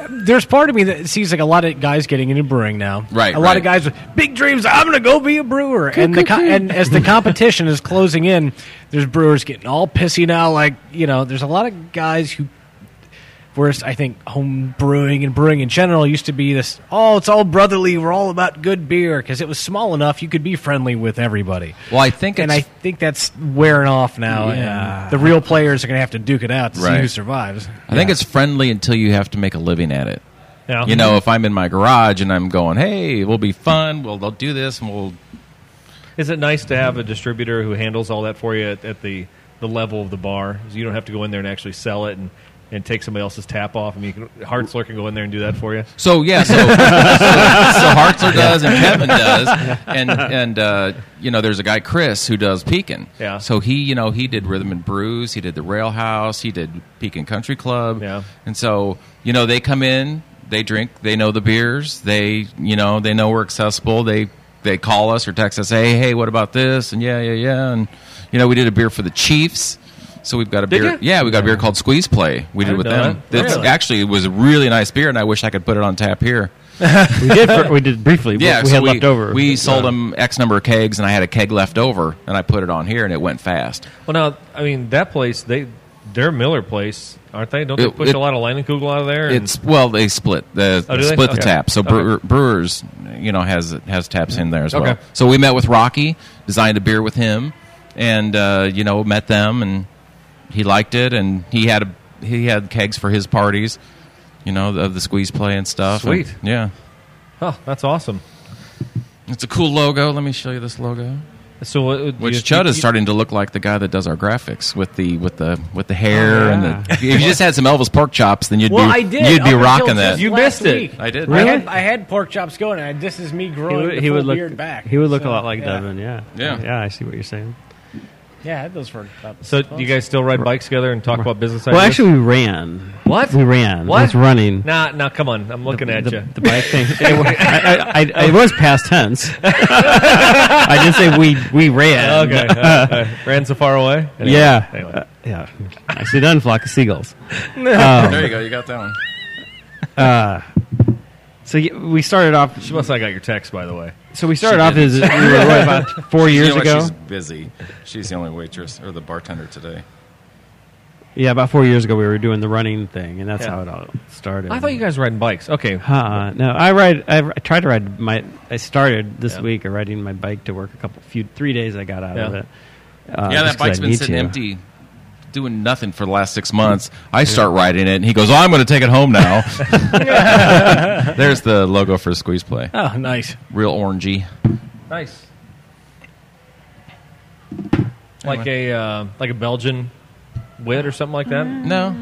there's part of me that sees like a lot of guys getting into brewing now.
Right,
A lot
right.
of guys with big dreams. I'm going to go be a brewer. and the co- and as the competition is closing in, there's brewers getting all pissy now. Like you know, there's a lot of guys who. Whereas I think home brewing and brewing in general used to be this, oh, it's all brotherly. We're all about good beer because it was small enough you could be friendly with everybody
Well, I think
and
it's
I think that's wearing off now.
Yeah.
And uh, the real players are going to have to duke it out to see
Right.
who survives.
I think it's friendly until you have to make a living at it.
Yeah.
You know, if I'm in my garage and I'm going, hey, we'll be fun. We'll they'll do this and we'll
Is it nice to have a distributor who handles all that for you at, at the, the level of the bar? So you don't have to go in there and actually sell it and, and take somebody else's tap off. I mean, you can, Hartzler can go in there and do that for you.
So yeah, so, so, so Hartzler does and Kevin does, and and uh, you know there's a guy Chris who does Pekin.
Yeah.
So he you know he did Rhythm and Brews, he did the Rail House, he did Pekin Country Club.
Yeah.
And so you know they come in, they drink, they know the beers, they you know they know we're accessible. They they call us or text us, hey hey, what about this? And yeah yeah yeah, and you know we did a beer for the Chiefs. So we've got a
Did
beer.
ya? Oh.
Yeah, we got a beer called Squeeze Play. We
I
did with
didn't know
them.
that.
That's
Really?
actually it was a really nice beer, and I wish I could put it on tap here.
We did. For, we did briefly. but
Yeah,
we
so
had left over.
We sold them X number of kegs, and I had a keg left over, and I put it on here, and it went fast.
Well, now, I mean, that place, they their Miller place, aren't they? Don't they
It-
push
it-
a lot of Leinenkugel out of there? And-
It's well, they split the
Oh, do they?
split the
Okay.
tap. So
Okay.
brewer, brewers, you know, has has taps in there as well.
Okay.
So we met with Rocky, designed a beer with him, and uh, you know, met them, and he liked it, and he had a, he had kegs for his parties, you know, of the squeeze play and stuff. and-
Sweet.
yeah,
oh, that's awesome.
it's a cool logo. Let me show you this logo.
So, uh,
Which
you-
Chud is
you-
starting to look like the guy that does our graphics with the with the with the hair
Oh, yeah.
and the. If you just had some Elvis pork chops, then you'd
Well,
be
I did.
you'd be
up
rocking
until
that.
just
You
last
missed it.
week.
I did.
I
Really?
had, I had pork chops going. And I- this is me
He
growing.
would,
the
he
full
would look
beard back.
He would look
So,
a lot like
yeah.
Devin. Yeah.
Yeah.
Yeah. I see what you're saying.
Yeah, I had those for. About
So do you guys still ride bikes together and talk about business ideas?
Well, actually, we ran.
What?
We ran.
What?
That's running.
Nah, nah, come on. I'm looking at
the,
you.
The bike thing. It was, I, I, I, it was past tense. I did say we we ran.
Okay. uh, uh, ran so far away? Anyway,
yeah.
anyway.
Uh, yeah. I see done flock of seagulls.
Oh. there you go. You got that one.
So yeah, we started off.
She must not got your text, by the way.
So we started
She
off
did.
as we were what, about four years
you know
ago.
What? She's busy. She's the only waitress or the bartender today.
Yeah, about four years ago, we were doing the running thing, and that's
Yeah.
how it all started.
I thought you guys were riding bikes. Okay.
Uh, no, I ride. I, I tried to ride my. I started this
Yeah.
week of riding my bike to work. A couple, few, three days I got out of
Yeah.
it. Uh,
yeah,
just 'cause
that
I
bike's been
need
sitting
to.
empty, doing nothing for the last six months. I start riding it, and he goes, "Oh, I'm going to take it home now." There's the logo for Squeeze Play,
oh, nice.
real orangey.
Nice. Like a uh, like a Belgian wit or something like
Mm.
that.
No,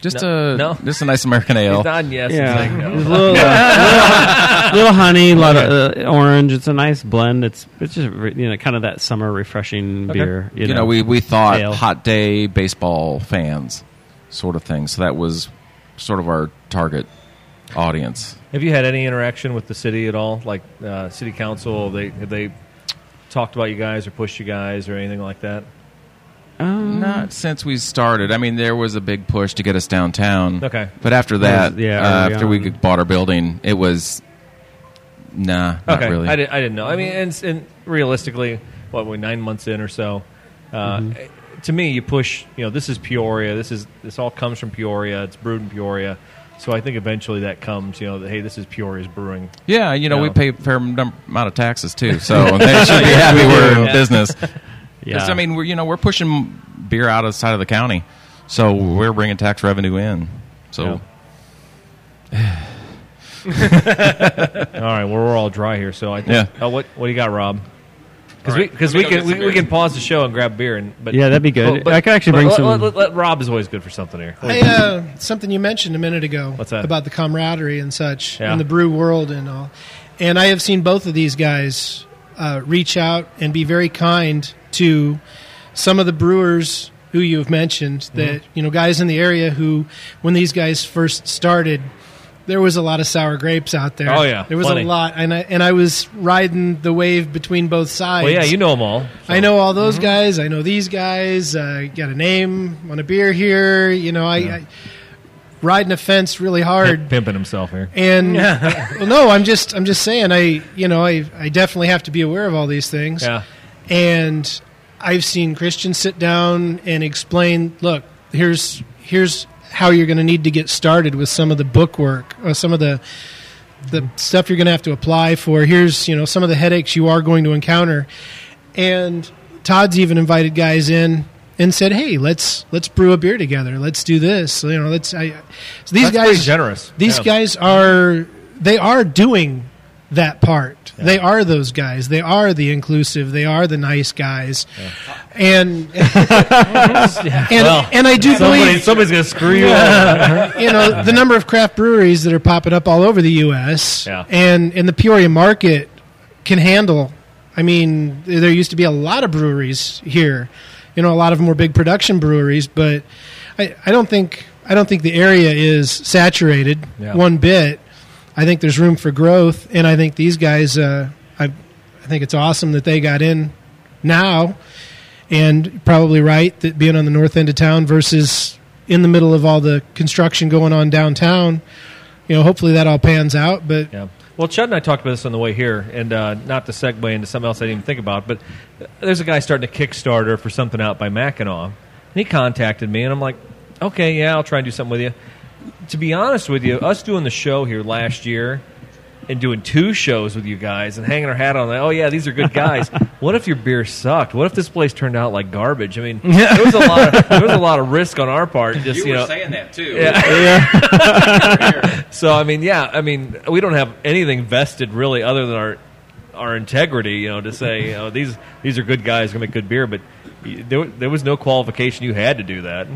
just
No.
a
No.
just a nice American ale.
He's nodding yes.
Yeah.
He's like, no.
It's a little, uh, little, little honey, a lot of uh, orange. It's a nice blend. It's it's just re- you know kind of that summer refreshing
Okay.
beer. You,
you know, we, we thought
Ale.
hot day baseball fans sort of thing. So that was sort of our target audience.
Have you had any interaction with the city at all? Like uh, city council? They have they talked about you guys or pushed you guys or anything like that?
Not since we started. I mean, there was a big push to get us downtown.
Okay.
But after that,
That was- yeah,
uh,
early
after we
on.
bought our building, it was nah, not
okay,
really.
I, did, I didn't know. I mean, and, and realistically, what we're nine months in or so. Uh,
Mm-hmm.
To me, you push. You know, this is Peoria. This is this all comes from Peoria. It's brewed in Peoria. So I think eventually that comes. You know, that, hey, this is Peoria's brewing.
yeah, you know, we
No.
pay a fair num- amount of taxes too, so they should be happy we're in
Yeah.
business. 'Cause,
yeah.
I mean, we're you know we're pushing beer out of the side of the county, so we're bringing tax revenue in. So
Yeah. all right, well, we're all dry here. So I think,
Yeah.
Oh, what what do you got, Rob? Because
All
we
right,
because
let
we
me go
can
get some
we, we
beer.
can pause the show and grab beer and but
yeah, that'd be good.
Well, but-
I could actually
but
bring
let-
some.
Let, let- let- Rob is always good for something here.
Hey, uh, something you mentioned a minute ago
What's that?
about the camaraderie and such
Yeah.
in the brew world and all. And I have seen both of these guys uh, reach out and be very kind to some of the brewers who you have mentioned
Mm-hmm.
that you know guys in the area who when these guys first started there was a lot of sour grapes out there
Oh, yeah,
there was
plenty.
a lot and I, and I was riding the wave between both sides
well, yeah, you know them all. so- mm-hmm.
I know all those guys. I know these guys. Uh, got a name on a beer here. You know, I, I riding a fence really hard.
pimping himself here.
And well, no, I'm just I'm just saying. I you know I I definitely have to be aware of all these things.
Yeah.
And I've seen Christian sit down and explain. Look, here's here's how you're going to need to get started with some of the bookwork, or some of the the stuff you're going to have to apply for. Here's you know some of the headaches you are going to encounter. And Todd's even invited guys in and said, "Hey, let's let's brew a beer together. Let's do this. You know, let's." I, so these
That's
guys
pretty generous.
These
Yeah.
guys are they are doing that part. They are those guys. They are the inclusive. They are the nice guys. And and and I do
Somebody,
believe
somebody's gonna screw you.
you know the number of craft breweries that are popping up all over the U.S.
Yeah.
and and the Peoria market can handle. I mean, th- there used to be a lot of breweries here. You know, a lot of them were big production breweries, but I, I don't think I don't think the area is saturated
Yeah.
one bit. I think there's room for growth, and I think these guys. Uh, I I think it's awesome that they got in now and probably right that being on the north end of town versus in the middle of all the construction going on downtown, you know, hopefully that all pans out. But
Yeah. uh, Well, Chud and I talked about this on the way here, and uh, not to segue into something else I didn't even think about, but there's a guy starting a Kickstarter for something out by Mackinac, and he contacted me, and I'm like, okay, yeah, I'll try and do something with you. To be honest with you, us doing the show here last year and doing two shows with you guys and hanging our hat on, like, oh, yeah, these are good guys. what if your beer sucked? What if this place turned out like garbage? I mean, there was a lot of, there was a lot of risk on our part. Just, you know,
that too.
so I mean, yeah, I mean, we don't have anything vested really, other than our our integrity, you know, to say you know, these these are good guys, gonna make good beer. But You- There, wa- there was no qualification. You had to do that.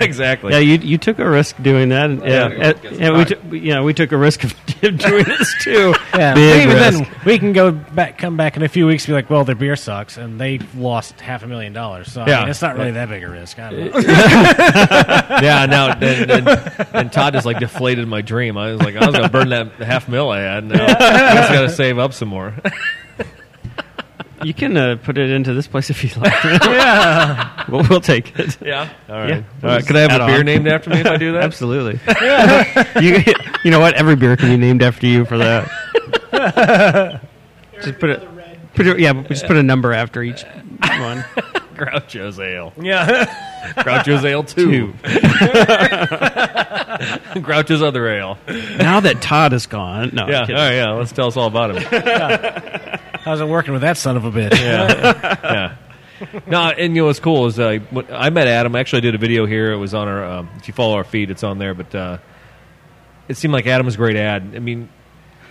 exactly.
Yeah, you you took a risk doing that. and-
Yeah.
and- and- and we, took- we- you know, we took a risk of doing this too.
Yeah, but
Big
even
risk.
then, we can go back, come back in a few weeks, and be like, "Well, their beer sucks, and they lost half a million dollars." So I
Yeah.
mean, it's not really that big a risk. I don't know.
yeah, no, and, and, and Todd just like deflated my dream. I was like, I was gonna burn that half mil I had. Now I just gotta save up some more.
You can uh, put it into this place if you like. yeah, we'll, we'll take it.
yeah. All right.
Yeah.
All right. Could I have
Add
a beer
on.
named after me if I do that?
Absolutely. you, you know what? Every beer can be named after you for that. just put it. Put it, yeah, but just put a number after each one.
Groucho's Ale. Yeah. Groucho's Ale 2. Groucho's other ale.
now that Todd is gone, no, I'm
Yeah. All
kidding.
right. Yeah. Let's tell us all about him.
How's it working with that son of a bitch?
yeah. No, and you know what's cool is uh, when I met Adam. I actually did a video here. It was on our. Um, if you follow our feed, it's on there. But uh, it seemed like Adam's great ad. I mean,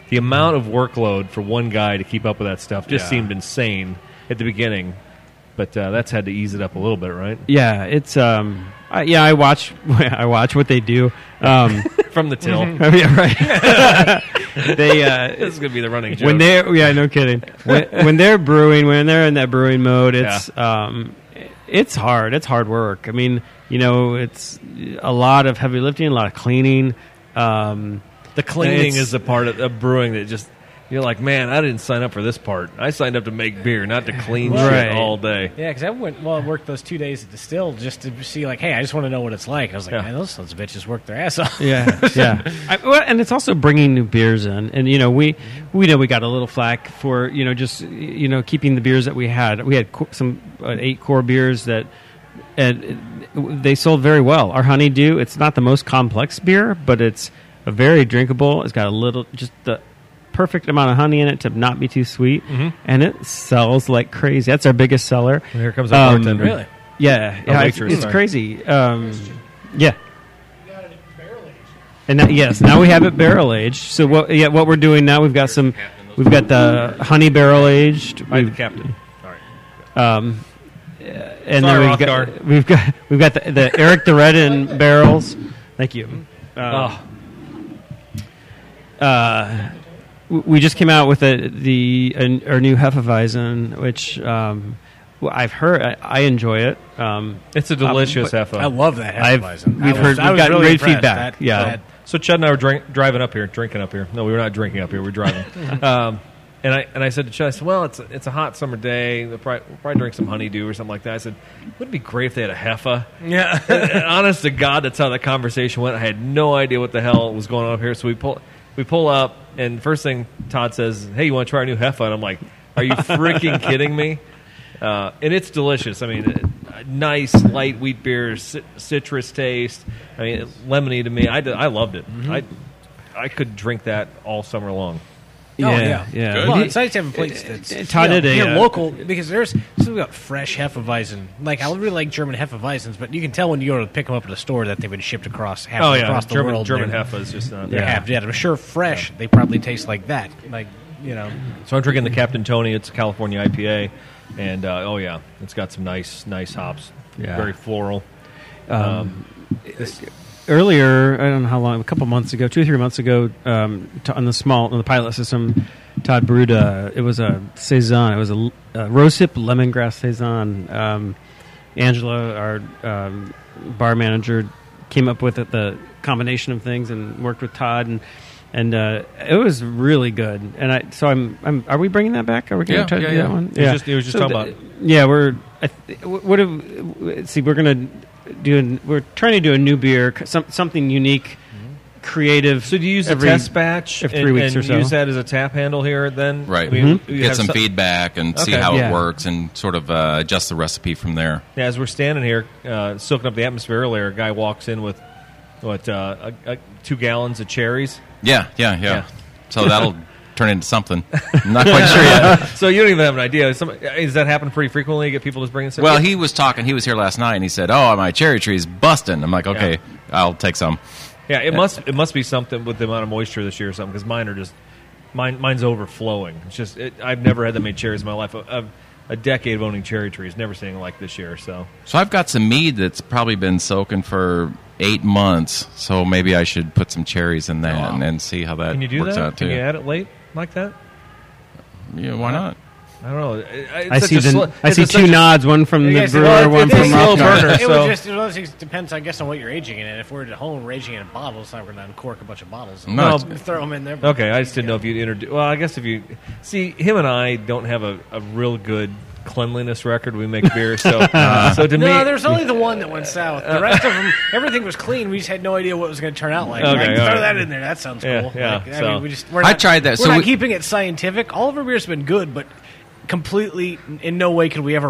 the amount of workload for one guy to keep up with that stuff just
Yeah.
seemed insane at the beginning. But uh, that's had to ease it up a little bit, right?
yeah, it's um, I, yeah, I watch, I watch what they do. Um,
From the till,
yeah, right. they uh,
this is going to be the running joke.
when they're yeah, no kidding. When, when they're brewing, when they're in that brewing mode, it's um, it's hard. It's hard work. I mean, you know, it's a lot of heavy lifting, a lot of cleaning. Um,
the cleaning
It's-
is the part of, of brewing that just you're like, man, I didn't sign up for this part. I signed up to make beer, not to clean
Right.
shit all day.
Yeah, because I went well, I worked those two days at Distill just to see, like, hey, I just want to know what it's like. And I was like,
Yeah.
man, those sons of bitches work their ass off.
yeah, yeah. I, well, and it's also bringing new beers in, and you know, we we know we got a little flack for you know just you know keeping the beers that we had. We had co- some uh, eight core beers that. And it- they sold very well. Our honeydew, it's not the most complex beer, but it's a very drinkable. It's got a little, just the perfect amount of honey in it to not be too sweet, and it sells like crazy. That's our biggest seller.
Mm-hmm. Here comes our
Um,
bartender.
Really?
Yeah,
Oh,
yeah, it's,
waitress,
it's
sorry.
crazy. Um, yeah. And now, yes, now we have it barrel aged. So what? Yeah, what we're doing now, we've got some, we've got the honey barrel aged,
By the
we've-
captain. All right.
um, uh, and
Sorry,
then we've
Rothgar.
got, we've got we've got the, the Eric the Red in barrels. Thank you. Uh, uh, w- we just came out with a, the an, our new Hefeweizen, which um, well, I've heard I, I enjoy it. Um,
It's a delicious
Um,
heffa.
I love that.
I've-
Hefeweizen. I was-
we've heard-
I
we've
was
gotten
really
great
impressed.
feedback.
That-
Yeah.
that-
so Chad and I were drink, driving up here, drinking up here. No, we were not drinking up here. We were driving. um, and I and I said to Chad, I said, "Well, it's a, it's a hot summer day. We'll probably, we'll probably drink some honeydew or something like that." I said, "Would it be great if they had a heffa?" Yeah. Honest to God, that's how that conversation went. I had no idea what the hell was going on up here. So we pull we pull up, and first thing Todd says, "Hey, you want to try our new heffa?" And I'm like, "Are you freaking kidding me?" Uh, and it's delicious. I mean, it- nice light wheat beer, ci- citrus taste. I mean, lemony to me. I, did- I loved it. I I could drink that all summer long.
Oh,
yeah,
yeah,
yeah.
Well, it's nice to have a place that's
it- Todd
you know,
did a,
near
uh,
local because there's so we got fresh Hefeweizen. Like I really like German Hefeweizens, but you can tell when you go to pick them up at a store that they've been shipped across half across the
Oh, German
world.
German
they're,
Heffa is just uh, not.
they're half- yeah, I'm sure fresh. They probably taste like that. Like you know,
So I'm drinking the Captain Tony. It's a California IPA, and uh, oh yeah, it's got some nice nice hops.
Yeah.
Very floral.
Um,
Um, earlier, I don't know how long, a couple months ago, two or three months ago, um, t- on the small on the pilot system, Todd brewed a. It was a saison. It was a, l- a rose hip lemongrass saison. Um, Angela, our um, bar manager, came up with it, the combination of things and worked with Todd and. And uh, it was really good, and I so I'm, I'm are we bringing that back? Are we going
Yeah,
to try to
yeah,
do that
yeah.
one?
It was just- it was just talking
th-
about-
yeah, we're I th- wh- what have, w- see we're gonna do an, we're trying to do a new beer, c- some, something unique, creative.
So do you use
every,
the test batch
every
and-
three weeks
and
or so.
use that as a tap handle here? Then
Right. Mm-hmm.
I mean,
Mhm.
you
Get
have
some
so-
feedback and see
Okay.
how
Yeah.
it works and sort of uh, adjust the recipe from there.
Yeah, as we're standing here, uh, soaking up the atmosphere earlier, a guy walks in with what uh, a, a, two gallons of cherries.
Yeah, yeah, yeah.
Yeah.
So that'll turn into something. I'm not quite sure yet.
so you don't even have an idea. Is some, does that happen pretty frequently? You get people just bringing stuff.
Well, he was talking. He was here last night, and he said, "Oh, my cherry tree's busting." I'm like, "Okay, I'll take some."
yeah, it must it must be something with the amount of moisture this year or something because mine are just mine mine's overflowing. It's just it, I've never had that many cherries in my life. I've, I've a decade of owning cherry trees, never seen anything like this year. So
So I've got some mead that's probably been soaking for eight months. So maybe I should put some cherries in that and, and see how that
can you do
works
that?
out
Can
too.
you add it late like that?
Yeah, why not?
I don't know. I,
I see, the, I
it's
see
a-
two
such a-
nods, one from the
guys-
brewer,
well,
one
it's a
from
slow
Rothko.
burner.
It
So-
was just it was, it depends, I guess, on what you're aging it. in. If we're at home, we're aging it in bottles, not going to uncork a bunch of bottles. and
No,
throw them in there.
Okay, I just didn't know if you'd introduce. Well, I guess if you see him and I don't have a, a real good cleanliness record. We make beer, so so to
No,
me,
there's only the one that went south. The rest of them, everything was clean. We just had no idea what it was going to turn out like.
Okay,
Like,
all
throw
right.
that in there. That sounds
Yeah,
cool.
yeah,
Like, I
so-
mean, we just, we're
I
not-
tried that.
We're
So
not
we-
keeping it scientific. All of our beers have been good, but completely, in no way could we ever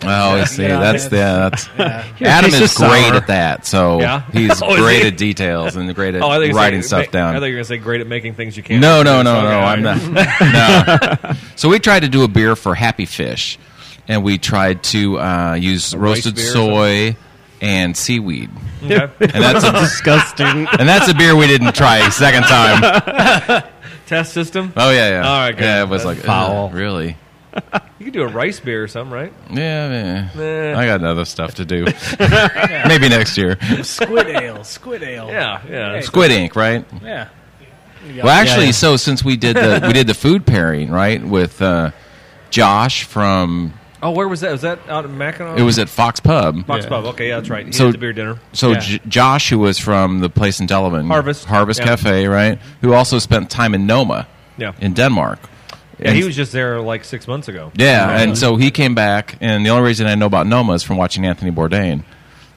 them.
Oh, I
You
see.
know,
that's the
it's-
that's
Yeah,
Adam
she's
is
just
great
sour.
at that. So
Yeah?
he's
Oh, is
great
he?
at details and great at
oh, I think
writing stuff
I
down.
thought you were going to say great at making things you can't.
No,
do.
no, no,
Okay,
no.
all
I'm
right.
not. No. So we tried to do a beer for Happy Fish, and we tried to uh, use roasted
beer or something?
soy and seaweed,
Okay.
and that's a,
Disgusting.
and that's a beer we didn't try second time.
Test system.
Oh yeah, yeah.
All right, good.
yeah, it was
That's
like
foul.
"Ugh, really.
You could do a rice beer or something, right?
Yeah, man.
Nah.
I got other stuff to do. Maybe next year.
Squid ale. Squid ale.
Yeah, yeah.
Squid Ink, right?
Yeah.
Well, actually,
yeah.
so since we did the we did the food pairing right with uh, Josh from
Oh, where was that? Was that out in Mackinac?
it was at Fox Pub.
Fox Pub. Okay, yeah, that's right. He
So-
had the beer dinner.
So
Yeah.
J- Josh, who was from the place in Delavan,
Harvest.
Harvest
Yeah.
Cafe, right? Who also spent time in Noma,
Yeah.
in Denmark.
Yeah,
And-
he was just there like six months ago.
Yeah, and so he came back, and the only reason I know about Noma is from watching Anthony Bourdain.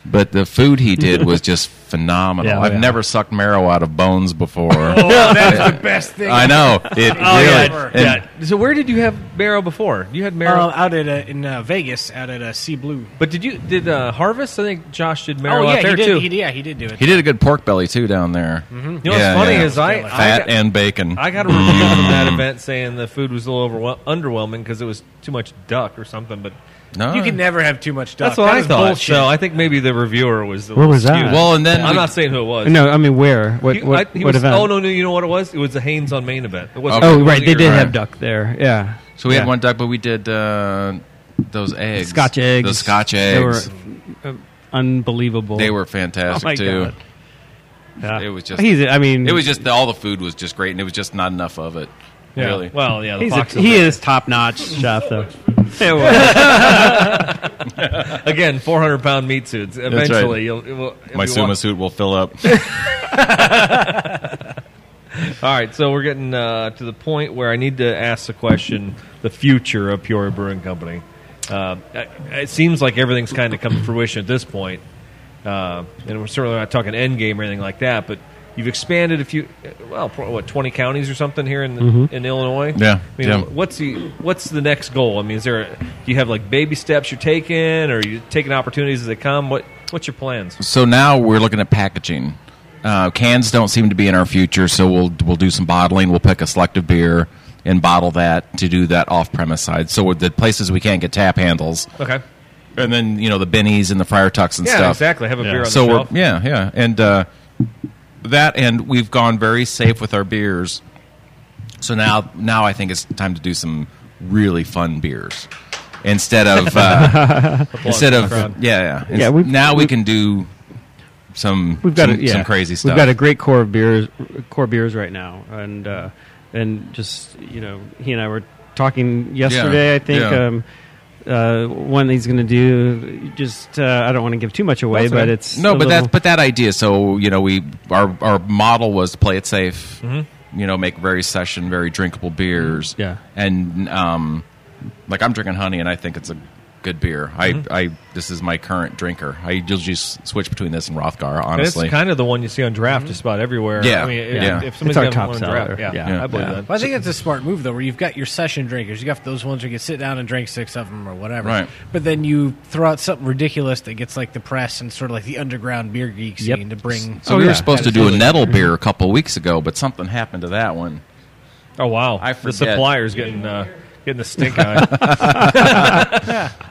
But the food he did was just phenomenal.
Yeah,
I've
yeah.
never sucked marrow out of bones before.
Oh, that's the best thing.
I know it
Oh,
yeah.
really. and-
Yeah. So where did you have marrow before? You had marrow,
Um, out at uh, in uh, Vegas, out at uh, Sea Blue.
but did you did uh, harvest? I think Josh did marrow
oh
out
yeah,
there
he did.
too.
He, yeah, he did do it.
He did a good pork belly too down there. Mm-hmm.
You know what's funny is I, I
fat
got-
and bacon.
I got a review from that event saying the food was a little overwhel- underwhelming because it was too much duck or something. But
no.
You can never have too much duck.
that's what
That
I
was
thought.
Bullshit.
So I think maybe the reviewer was a
Where
little
was that?
skewed.
well, and then
I'm
we-
not saying who it was.
no, I mean where? What?
He-
What,
I- he
what
was-
event?
Oh no, no, you know what it was? It was the Haynes on Main event. It wasn't-
Okay.
Oh,
it
right.
wasn't
They
your-
did
right.
have duck there. Yeah.
so we
Yeah.
had one duck, but we did uh, those eggs,
Scotch eggs.
Those Scotch
They were
eggs.
uh, unbelievable.
They were
Oh,
fantastic
my
too.
God. Yeah.
It was just-
He's. I mean.
It was just all the food was just great, and it was just not enough of it.
Yeah.
Really,
Well, yeah, the
He's a,
Fox
he
event.
is top notch chef though.
again 400 pound meat suits.
right.
Eventually, you'll, it will, if
my
you
suma
want-
suit will fill up.
All right, so we're getting uh, to the point where I need to ask the question: the future of Peoria Brewing Company. Uh, it- it seems like everything's kind of come to fruition at this point, uh, and we're certainly not talking end game or anything like that. But you've expanded a few, uh, well, pro- what twenty counties or something here in in Illinois.
Yeah,
I mean,
yeah.
what's the what's the next goal? I mean, is there a, do you have like baby steps you're taking, or are you taking opportunities as they come? What what's your plans?
so now we're looking at packaging. Uh, cans don't seem to be in our future, so we'll we'll do some bottling. We'll pick a selective beer and bottle that to do that off premise side. So the places we can't get tap handles,
Okay,
and then you know the bennies and the friar tucks and
yeah,
stuff.
exactly. Have a beer on
so
the
we're
shelf.
yeah yeah and uh, that and we've gone very safe with our beers so now now i think it's time to do some really fun beers instead of uh, instead of yeah yeah,
Yeah, we've-
now we
we've-
can do some
we've got
some,
a, yeah.
some crazy stuff
We've got a great core of beers, core beers right now, and uh, and just you know, he and I were talking yesterday.
Yeah,
I think
yeah.
um, uh, one he's going to do. Just uh, I don't want to give too much away, but it's
no
a
but
little-
that but that idea so you know we our our model was to play it safe you know make very session very drinkable beers
Yeah.
and um like i'm drinking honey and i think it's a good beer i i this is my current drinker i usually s- switch between this and rothgar
And
honestly
It's kind of the one you see on draft just about everywhere.
Yeah.
I mean, if-
Yeah.
if
It's our
somebody's got
top
one on
seller.
draft, yeah,
Yeah.
I believe
Yeah.
that.
Well, I think that's a smart move though, where you've got your session drinkers, you got those ones where you can sit down and drink six of them or whatever.
Right.
But then you throw out something ridiculous that gets like the press and sort of like the underground beer geek
Yep.
scene to bring.
so
Oh,
we
yeah.
were supposed to do a nettle beer a couple weeks ago but something happened to that one
Oh wow,
I
the
forget.
supplier's getting uh, getting the stink eye.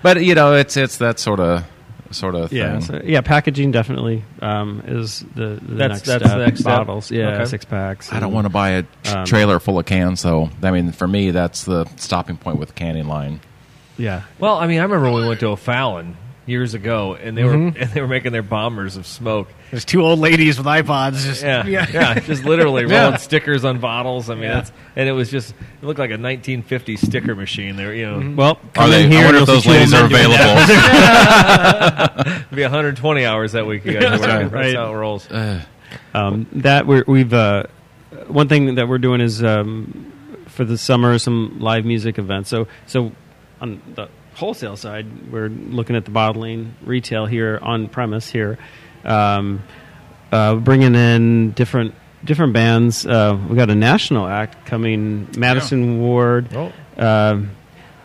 but you know it's it's that sort of sort of
yeah,
thing
so- yeah. Packaging definitely um, is the, the
That's-
next
that's
step.
the next step?
Bottles, yeah,
Okay.
six packs.
I don't want to buy a tr-
Um,
trailer full of cans, though. I mean, for me, that's the stopping point with the canning line.
Yeah.
Well, I mean, I remember when we went to O'Fallon years ago, and they were and they were making their bombers of smoke.
There's two old ladies with iPods. Just
Yeah, yeah, just literally rolling stickers on bottles. I mean, that's and it was just it looked like a 1950 sticker machine. There, you know,
Well,
Are
come
they?
in here
I wonder
and
if
you'll
those
see two old
ladies are
men doing that.
available.
it'd be 120 hours that week. You guys were working.
right.
That's how it rolls.
Uh, Um, that we're, we've uh, one thing that we're doing is um, for the summer some live music events. So so on the wholesale side, we're looking at the bottling retail here on premise here, um, uh, bringing in different different bands. Uh, we got a national act coming, Madison Ward.
Oh.
um,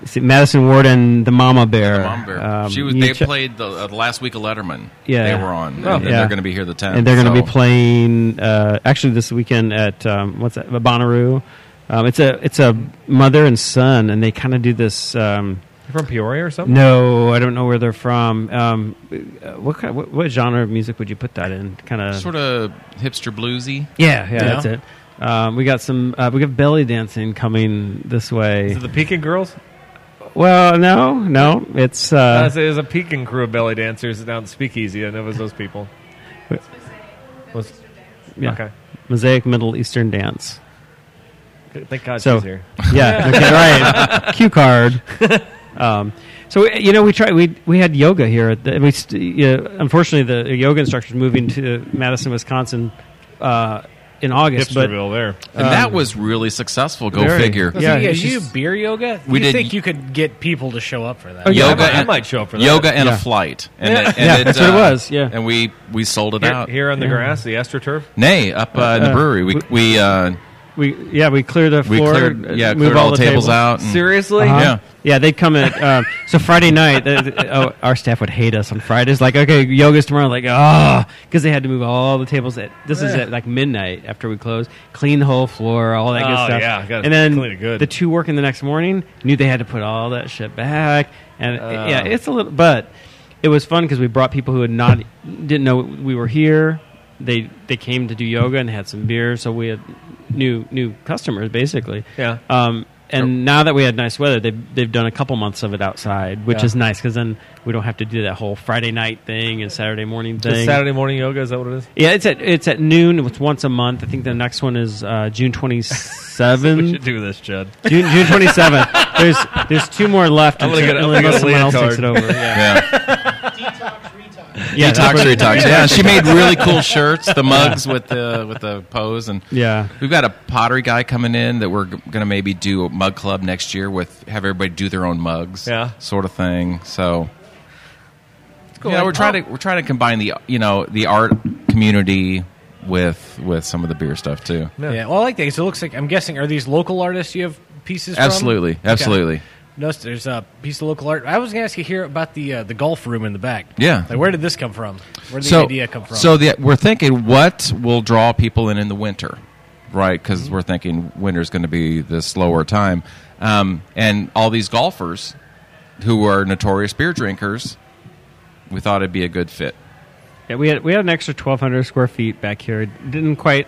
see, Madison Ward and the Mama Bear.
Mom Bear.
Um,
she was.
you
They
che-
played the uh, the last week of Letterman.
Yeah. Oh,
they were on. and
Yeah.
they're going to be here the tenth.
and they're going to
so.
be playing uh, actually this weekend at um, what's that Bonnaroo. Um, it's a it's a mother and son, and they kind of do this. Um,
From Peoria or something.
no, I don't know where they're from. Um, uh, what, kind what what genre of music would you put that in? Kind of
sort of hipster bluesy.
yeah, yeah, that's it. Um, we got some. Uh, we got belly dancing coming this way.
Is it the Pekin girls?
Well, no, no, it's
Uh,
uh,
there's a Pekin crew of belly dancers down at Speakeasy. I know it was those people. Was-
yeah,
Okay.
mosaic Middle Eastern dance.
Thank God
So-
she's here.
Yeah. Okay. Right. Cue card. Um, so we- you know, we tried. We we had yoga here. At the, we st- yeah, unfortunately the yoga instructor's moving to Madison, Wisconsin, uh, in August. But
Hipsterville there.
And that was really successful. Go
Um, very.
figure.
Yeah,
yeah, you
she's-
do beer yoga.
We
you
did-
think you could get people to show up for that?
yeah.
Yoga.
I
and-
might show up for that.
Yoga and
Yeah.
a flight. And it, and
Yeah, that's what it was, yeah.
and we we sold it
Here,
out.
here on the grass, the AstroTurf.
Nay, up uh, in the
Uh,
brewery, we we uh,
we yeah we cleared the
we
floor. uh,
cleared yeah
moved
cleared all the tables
tables.
out. and-
Seriously?
Uh-huh.
Yeah.
yeah, they come at um, so Friday night. uh, oh, our staff would hate us on Fridays. Like, okay, yoga's tomorrow. Like, ah, because they had to move all the tables. At this is at like midnight after we close, clean the whole floor, all that good
Oh,
stuff.
yeah, gotta
and then
clean it good.
the two working the next morning knew they had to put all that shit back. And uh, yeah, it's a little, but it was fun because we brought people who had not didn't know we were here. They they came to do yoga and had some beer, so we had new new customers basically.
Yeah.
Um, and now that we had nice weather, they've they've done a couple months of it outside, which
Yeah.
is nice because then we don't have to do that whole Friday night thing and Saturday morning
Is
thing.
Saturday morning yoga, is that what it is?
Yeah, it's at it's at noon. It's once a month. I think the next one is uh, June twenty
We
seventh.
should do this, Judd.
June June twenty seventh. There's there's two more left
I'm gonna
until-
get- I'm gonna
unless
get
someone else
leotard.
takes it over.
Yeah.
Yeah,
detox,
that's what-
retox. Yeah, she made really cool shirts, the mugs with the with the pose, and
Yeah.
we've got a pottery guy coming in that we're going to maybe do a mug club next year with have everybody do their own mugs,
Yeah.
sort of thing. So, yeah, we're trying to we're trying to combine the you know the art community with with some of the beer stuff too.
Yeah. Well, I like that. 'cause it looks like I'm guessing are these local artists you have pieces? from?
Absolutely,
Okay.
absolutely.
Notice there's a piece of local art. I was going to ask you here about the uh, the golf room in the back.
Yeah.
Like, where did this come from? Where did the idea come from?
So the, we're thinking what will draw people in in the winter, right? Because
Mm-hmm.
we're thinking winter's going to be the slower time, um, and all these golfers who are notorious beer drinkers, we thought it'd be a good fit.
Yeah, we had we had an extra twelve hundred square feet back here. Didn't quite.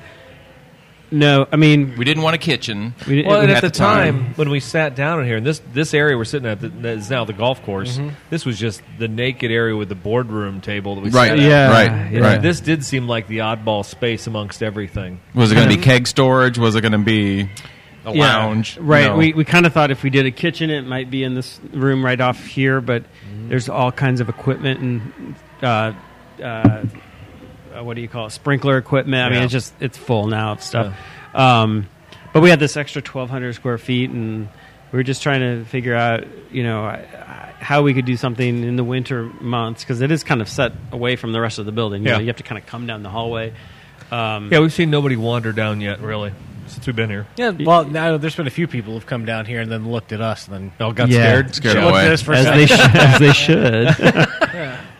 No, I mean
We didn't want a kitchen.
we didn't.
Well, and
we-
at the
the time.
time, when we sat down in here, and this this area we're sitting at that that is now the golf course, this was just the naked area with the boardroom table that we
Right,
sat at.
yeah,
right,
yeah.
right.
This did seem like the oddball space amongst everything.
Was it going to be keg storage? Was it going to be a
Yeah,
lounge?
Right.
No.
We, we kind of thought if we did a kitchen, it might be in this room right off here, but there's all kinds of equipment and uh, uh, uh, what do you call it? Sprinkler equipment. I mean,
Yeah.
it's just it's full now of stuff. Um, but we had this extra 1,200 square feet, and we were just trying to figure out, you know, I- I- how we could do something in the winter months because it is kind of set away from the rest of the building. You,
Yeah.
know, you have to kind of come down the hallway. Um,
Yeah, we've seen nobody wander down yet, really, since we've been here.
yeah. Well, now there's been a few people who've come down here and then looked at us and then
Oh, got
Yeah.
scared.
Scared
looked
away.
at us for a
as
second.
they, sh- as they should.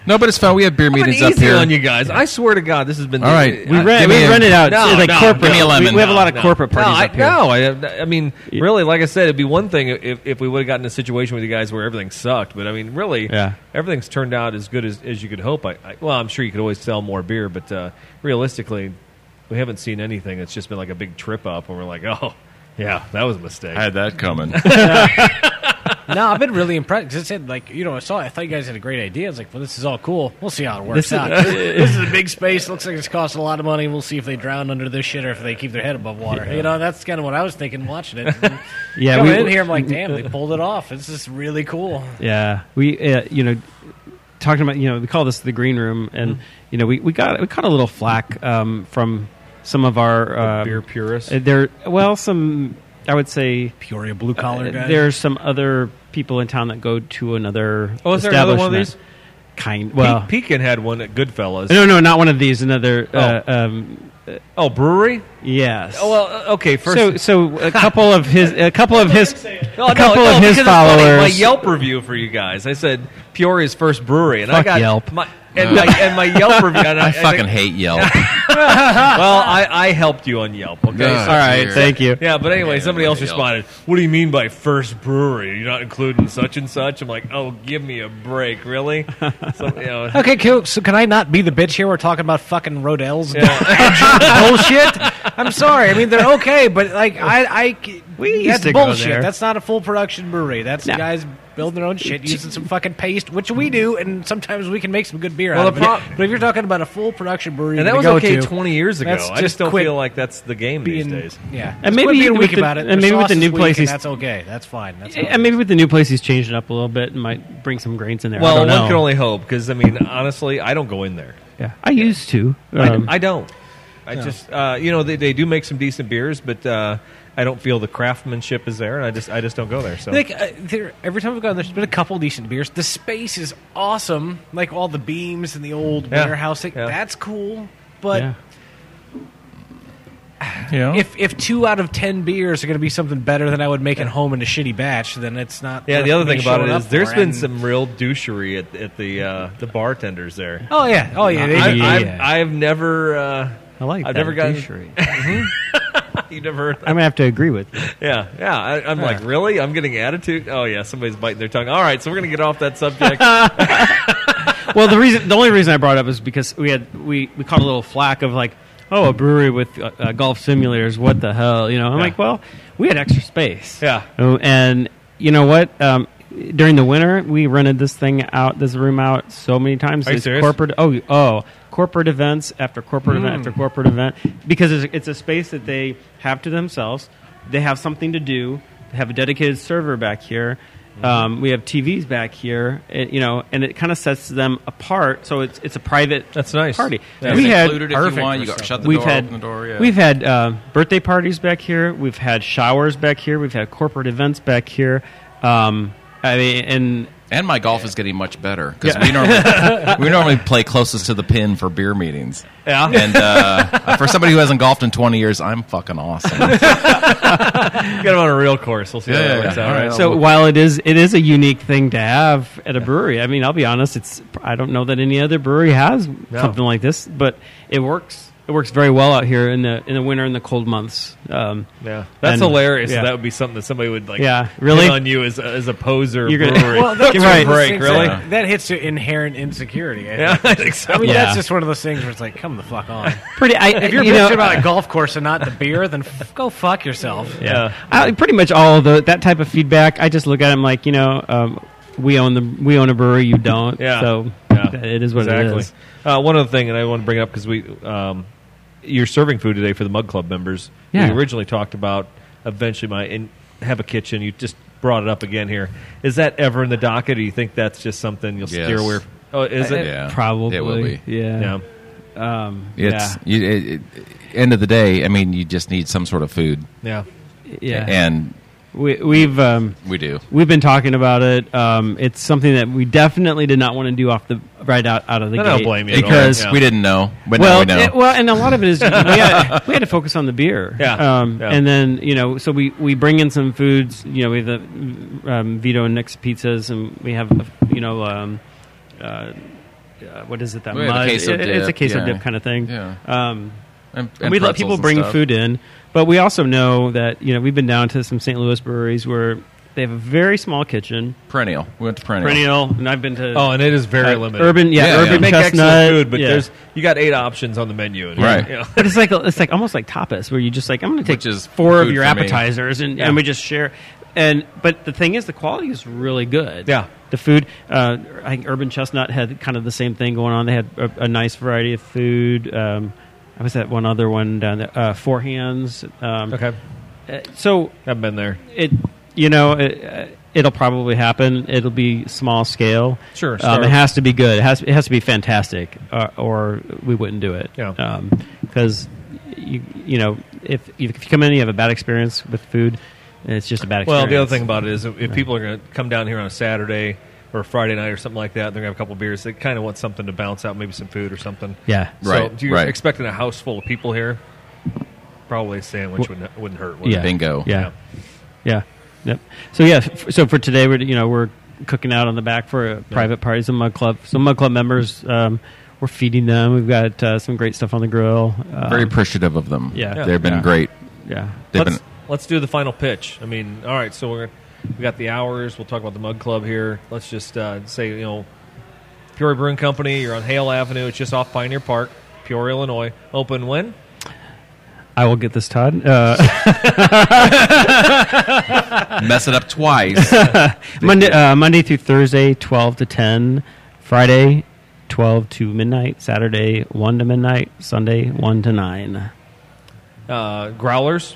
no, but it's fun. We have beer
I've been
meetings up
easy
here.
on you guys. I swear to God, this has been
All right.
We
Uh,
rent,
give
we
me a-
rent it out.
No,
It's like
no,
corporate.
give me a lemon.
We, we have a lot of
No.
corporate parties up here.
no, I, no, I, I mean, really, like I said, it'd be one thing if, if we would have gotten in a situation with you guys where everything sucked. But I mean, really,
Yeah.
everything's turned out as good as, as you could hope. I, I, well, I'm sure you could always sell more beer, but uh, realistically, we haven't seen anything. It's just been like a big trip up, and we're like, oh, yeah, that was a mistake.
I had that coming.
no, I've been really impressed because it said like you know I saw it, I thought you guys had a great idea. I was like, well, this is all cool. We'll see how it works
This is-
out. this is a big space. Looks like it's costing a lot of money. We'll see if they drown under this shit or if they keep their head above water. You know, that's kind of what I was thinking watching it. And
Yeah,
coming
we-
in here, I'm like, damn, they pulled it off. This is really cool.
Yeah, we uh, you know talking about you know we call this the green room,
Mm-hmm.
and you know we, we got we caught a little flack um, from some of our uh,
beer purists.
uh, There, well, some I would say
Peoria blue collar
uh,
guy.
there's some other people in town that go to another.
Oh, is there another one of
establishment. Kind well,
Pe- Pekin had one at Goodfellas.
no, no, not one of these. Another, uh, um,
Oh, brewery.
yes.
Oh, well, uh, okay. First,
so, so a couple of his, a couple of his, a
No, no,
couple
no,
of his
because it's funny, My
followers.
Yelp review for you guys. I said Peoria's first brewery, and I
Fuck
got
Yelp.
My, and, my, and my Yelp review. And I,
I
think-
fucking hate Yelp.
Well, I, I helped you on Yelp. Okay.
God.
So-
All right,
Here.
thank you.
yeah, but anyway,
Yeah,
somebody
look
else
at Yelp.
responded. What do you mean by first brewery? You're not including such and such. I'm like, oh, give me a break, really? So, you know,
Okay, cool. So can I not be the bitch here? We're talking about fucking Rodell's bullshit. I'm sorry. I mean, they're okay, but like, I, I c-
We used
that's
to go
bullshit.
there.
That's not a full production brewery. That's
No.
guys building their own shit using some fucking paste, which we do, and sometimes we can make some good beer
Well,
out of
the
it.
prob-
But if you're talking about a full production brewery,
and that
to
was
go
okay
to,
20 years ago.
That's
I just
just
don't
quit
feel like that's the game
being,
these days.
yeah,
And
Just
maybe
quit being
with
weak
the-
about it.
and
Their
maybe with the
sauce
new
is weak,
place
and
he's-
that's okay. That's fine. That's fine.
And maybe with the new place, he's changed it up a little bit and might bring some grains in there. I
Well,
don't know.
one can only hope because I mean, honestly, I don't go in there.
Yeah, I used to. Um,
I, I don't. I just uh, you know they, they do make some decent beers, but uh, I don't feel the craftsmanship is there, and I just I just don't go there. So
Like uh, there, every time I've gone, there's been a couple decent beers. The space is awesome, like all the beams and the old
Yeah.
warehouse. Like,
Yeah.
That's cool, but
yeah.
Yeah.
if if two out of ten beers are going to be something better than I would make at home in a shitty batch, then it's not.
yeah,
worth
the other
me
thing about it
showing up
is there's
for.
been
And-
some real douchery at, at the uh, the bartenders there.
Oh yeah, oh yeah, they,
I've,
yeah,
I've,
yeah.
I've never uh,
I like.
I've
that.
never gotten-
Douchery.
you never heard that.
I'm gonna have to agree with. You.
yeah yeah I, I'm like really I'm getting attitude oh yeah somebody's biting their tongue all right so we're gonna get off that subject
Well, the reason, the only reason I brought it up is because we had we we caught a little flack of like, oh, a brewery with uh, uh, golf simulators. What the hell? You know, I'm
Yeah.
like, well, we had extra space.
Yeah.
Oh, and you know what? Um, during the winter, we rented this thing out, this room out, so many times.
Are you
It's
serious?
Corporate. Oh, oh, corporate events after corporate event after corporate event because it's, it's a space that they have to themselves. They have something to do. They have a dedicated server back here. Um, we have TVs back here, and, you know, and it kind of sets them apart. So it's it's a private
That's nice.
party.
Yeah.
We
It's
had
included if you want. You got shut the
we've
door,
had
open the door. Yeah.
we've had uh, birthday parties back here. We've had showers back here. We've had corporate events back here. Um, I mean, and
and my golf is getting much better because we normally we normally play closest to the pin for beer meetings.
Yeah.
And uh, for somebody who hasn't golfed in 20 years, I'm fucking awesome.
get them on a real course we'll see how
Yeah,
that
yeah,
works
yeah.
out
All right.
right?
so while it is it is a unique thing to have at a brewery. I mean, I'll be honest. It's I don't know that any other brewery has something like this, but it works. It works very well out here in the in the winter and the cold months. Um,
Yeah, that's
And-
hilarious.
yeah.
That would be something that somebody would like.
Yeah,
hit
really?
on you as a, as a poser.
You're gonna-
brewery.
Well, that's
Give
one
me a
of those
break,
things
really?
that, that hits your inherent insecurity. I,
Yeah,
think.
I think so.
I mean
Yeah.
that's just one of those things where it's like, come the fuck on.
pretty. I,
If you're
you
bitching
know,
about a golf course and not the beer, then f- go fuck yourself.
Yeah.
uh, I, pretty much all of the, that type of feedback. I just look at them like you know, um, we own the we own a brewery, you don't.
Yeah.
So
Yeah.
that- it is what
exactly.
it is.
Uh, one other thing, and I want to bring up because we, um, you're serving food today for the Mug Club members.
Yeah.
We originally talked about eventually my in, have a kitchen. You just brought it up again here. Is that ever in the docket? Or do you think that's just something you'll
Yes.
steer away? From? Oh, is it?
Yeah.
Probably.
It will be.
Yeah.
Yeah.
Um,
It's you, it, it, end of the day. I mean, you just need some sort of food,
Yeah.
yeah. Yeah.
and
we, we've um,
we do.
we've been talking about it. Um, it's something that we definitely did not want to do off the right out, out of the
I
gate.
don't blame you at all.
because
Yeah.
We didn't know, but now
well,
we know.
it- well, and a lot of it is we, had, we had to focus on the beer.
Yeah,
Um,
yeah.
And then you know, so we, we bring in some foods. You know, we have the um, Vito and Nick's pizzas, and we have you know, um, uh, uh, what is it that
We have a
mud?
queso
It- it's a
dip,
queso
yeah.
dip kind of thing.
Yeah.
Um,
and,
and
and
we let
pretzels
people
and
bring
stuff.
food in, but we also know that you know we've been down to some St. Louis breweries where they have a very small kitchen,
Perennial. We went to perennial.
perennial, and I've been to
Oh, and it is very
uh,
limited.
urban, yeah,
Yeah, yeah.
urban
They
They make
chestnut
excellent food, but
yeah.
there's you got eight options on the menu, and
Right.
you know.
But it's like it's like almost like tapas, where you just like I'm going to take
Which is
four of
food
your
for me.
appetizers, and, and we just share. and but the thing is, the quality is really good.
Yeah.
the food. Uh, I think Urban Chestnut had kind of the same thing going on. They had a, a nice variety of food. Um, I was that one other one down there, uh, Four Hands. Um,
Okay,
uh, So
I've been there.
it, you know, it, uh, it'll probably happen. It'll be small scale.
Sure,
um,
start-
it has to be good. It has it has to be fantastic, uh, or we wouldn't do it.
Yeah.
because you you know if if you come in and you have a bad experience with food, it's just a bad. experience.
Well, the other thing about it is if, if people are going to come down here on a Saturday or a Friday night or something like that, they're going to have a couple beers. They kind of want something to bounce out, maybe some food or something.
yeah,
So,
Right,
do you
right.
expecting a house full of people here? Probably a sandwich wouldn't, wouldn't hurt. Would it?
yeah,
Bingo.
yeah, yeah, yep. So yeah, f- so for today, we're you know we're cooking out on the back for a private party. Some mug club, some mug club members. Um, we're feeding them. We've got uh, some great stuff on the grill. Um,
Very appreciative of them.
yeah.
they've been
Yeah.
great.
yeah.
They've
let's,
been
let's do the final pitch. I mean, all right, so we're we got the hours. We'll talk about the Mug Club here. Let's just uh, say you know, Peoria Brewing Company. You're on Hale Avenue. It's just off Pioneer Park, Peoria, Illinois. Open when?
I will get this, Todd. Uh,
mess it up twice.
Monday, uh, Monday through Thursday, twelve to ten. Friday, twelve to midnight. Saturday, one to midnight. Sunday, one to nine.
Uh, growlers.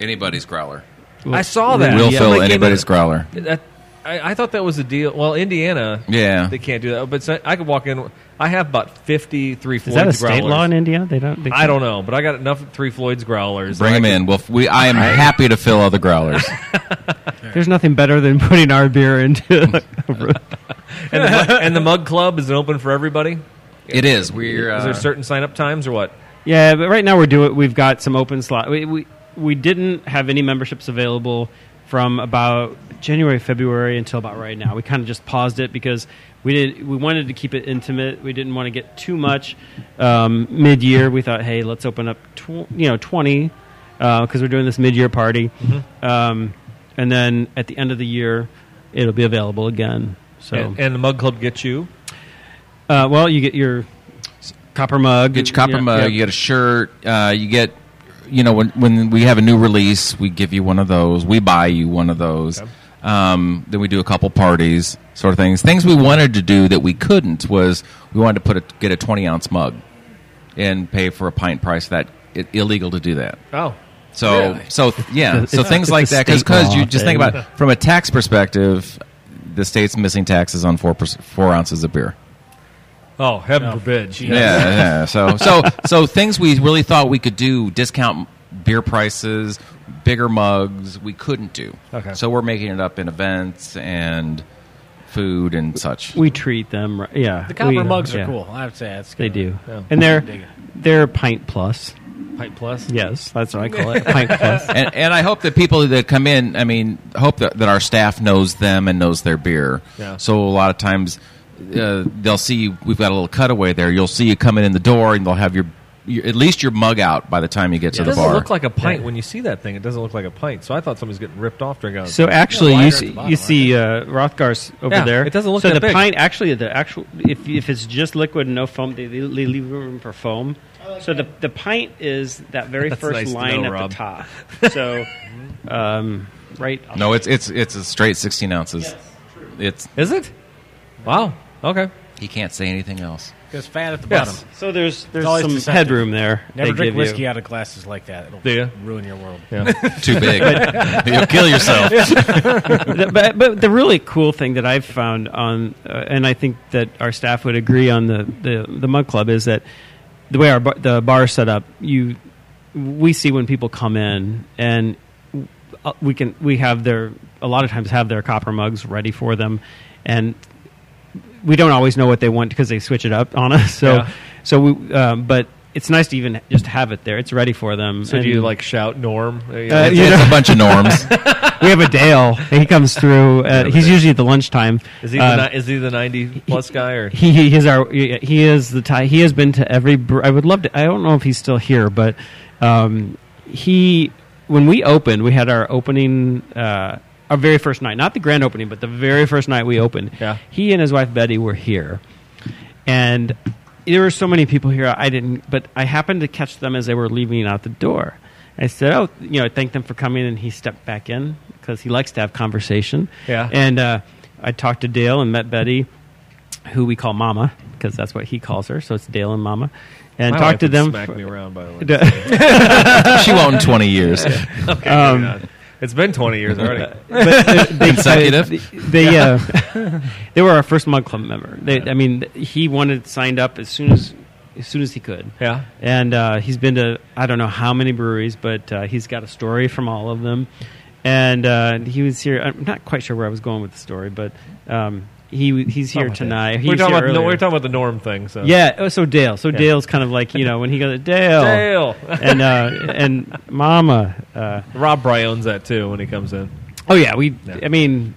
anybody's growler.
I saw that.
We'll
Yeah.
fill
Somebody came in-
anybody's growler.
That, I, I thought that was a deal. Well, Indiana,
Yeah.
they can't do that. But so I could walk in. I have about fifty three
Is
Floyd's
that a state
growlers.
law in India? They don't. They
I don't know, but I got enough three Floyd's growlers.
Bring them in. Well, we, I am happy to fill all the growlers.
There's nothing better than putting our beer into.
And the, Mug- and the Mug Club is it open for everybody?
It is. We're
Is
uh,
there certain sign up times or what?
yeah, but right now we're doing. We've got some open slot. We we, we didn't have any memberships available from about January, February until about right now. We kind of just paused it because we did. We wanted to keep it intimate. We didn't want to get too much um, mid year. We thought, hey, let's open up. Tw- you know, twenty because we're doing this mid year party,
Mm-hmm.
um, and then at the end of the year, it'll be available again. So.
And, and the Mug Club gets you.
Uh, well, you get your copper mug.
get your copper
Yeah,
mug.
yeah.
You get a shirt. Uh, you get, you know, when when we have a new release, we give you one of those. We buy you one of those. Um, then we do a couple parties, sort of things. Things we wanted to do that we couldn't was we wanted to put a, get a twenty ounce mug and pay for a pint price. That it, illegal to do that.
Oh,
So so yeah,
It's-
so things
it's
like
a
that because
state law
you just think
thing.
about it, from a tax perspective, the state's missing taxes on four perc- four ounces of beer.
oh, heaven forbid.
Yeah, yeah. So, so, so things we really thought we could do: discount beer prices, bigger mugs. We couldn't do.
Okay.
So we're making it up in events and food and such.
We treat them. ri- Yeah,
The copper
we-
mugs are
yeah,
cool. I have to say that's
They
good.
do,
Yeah.
Dig it.
and they're they're pint plus.
Pint Plus.
Yes, that's what I call it. pint plus.
and, and I hope that people that come in, I mean, hope that, that our staff knows them and knows their beer.
Yeah.
So a lot of times uh, they'll see we've got a little cutaway there. You'll see you coming in the door, and they'll have your, your at least your mug out by the time you get
It
to the
doesn't
bar.
look like a pint when you see that thing. It doesn't look like a pint. So I thought somebody's getting ripped off drinking. Out of
So actually,
wider
you
at the
see,
bottom,
you
aren't
see uh, Rothgar's over
Yeah,
there.
it doesn't look
so.
that
the
big.
pint actually, the actual if if it's just liquid and no foam, they, they leave room for foam. So the the pint is that very
That's
first
nice to
line
know,
at
Rob.
the top. So, um, right.
no, it's it's it's a straight sixteen ounces. It's
is it? Wow. Okay.
he can't say anything else.
Because fat at the
Yes.
bottom.
So there's there's
always
some
deceptive.
headroom there.
Never
They
drink
give
whiskey
You.
out of glasses like that. It'll
Do ya?
ruin your world.
too big. You'll kill yourself.
The- but, but the really cool thing that I've found on, uh, and I think that our staff would agree on the the, the mug club is that the way our bar, the bar is set up, you we see when people come in and uh, we can we have their a lot of times have their copper mugs ready for them and we don't always know what they want because they switch it up on us so
Yeah.
so we um, but it's nice to even just have it there it's ready for them
So do you
And-
like shout Norm? Uh,
Uh,
It's,
you
it's
know-
a bunch of norms.
we have a Dale. He comes through. At, he's usually at the lunchtime.
Is he
Uh,
the ni- is he the ninety plus guy or?
he, he is our he is the tie. He has been to every. bre- I would love to. I don't know if he's still here, but um, he when we opened, we had our opening. Uh, our very first night, not the grand opening, but the very first night we opened,
Yeah.
he and his wife Betty were here, and there were so many people here. I didn't, but I happened to catch them as they were leaving out the door. I said, "Oh, you know, thank them for coming," and he stepped back in because he likes to have conversation.
Yeah.
And uh, I talked to Dale and met Betty, who we call Mama because that's what he calls her. So it's Dale and Mama, and
My wife
talked to
would
them.
Smack
for-
me around by the way.
she won't in 20 years.
Okay, maybe
um,
not. it's been 20 years already.
Consecutive.
they uh, they were our first mug club member. They, I mean, he wanted signed up as soon as as soon as he could.
Yeah.
and uh, he's been to I don't know how many breweries, but uh, he's got a story from all of them. And uh, he was here. I'm not quite sure where I was going with the story, but um, he he's here tonight. He
we're
was
talking
here
about no,
earlier.
we're talking about the norm thing. So
yeah. Oh, so Dale. So Dale's kind of like you know when he goes Dale,
Dale.
and uh, and Mama. Uh,
Rob Bry owns that too when he comes in.
Oh yeah, we.
Yeah.
I mean,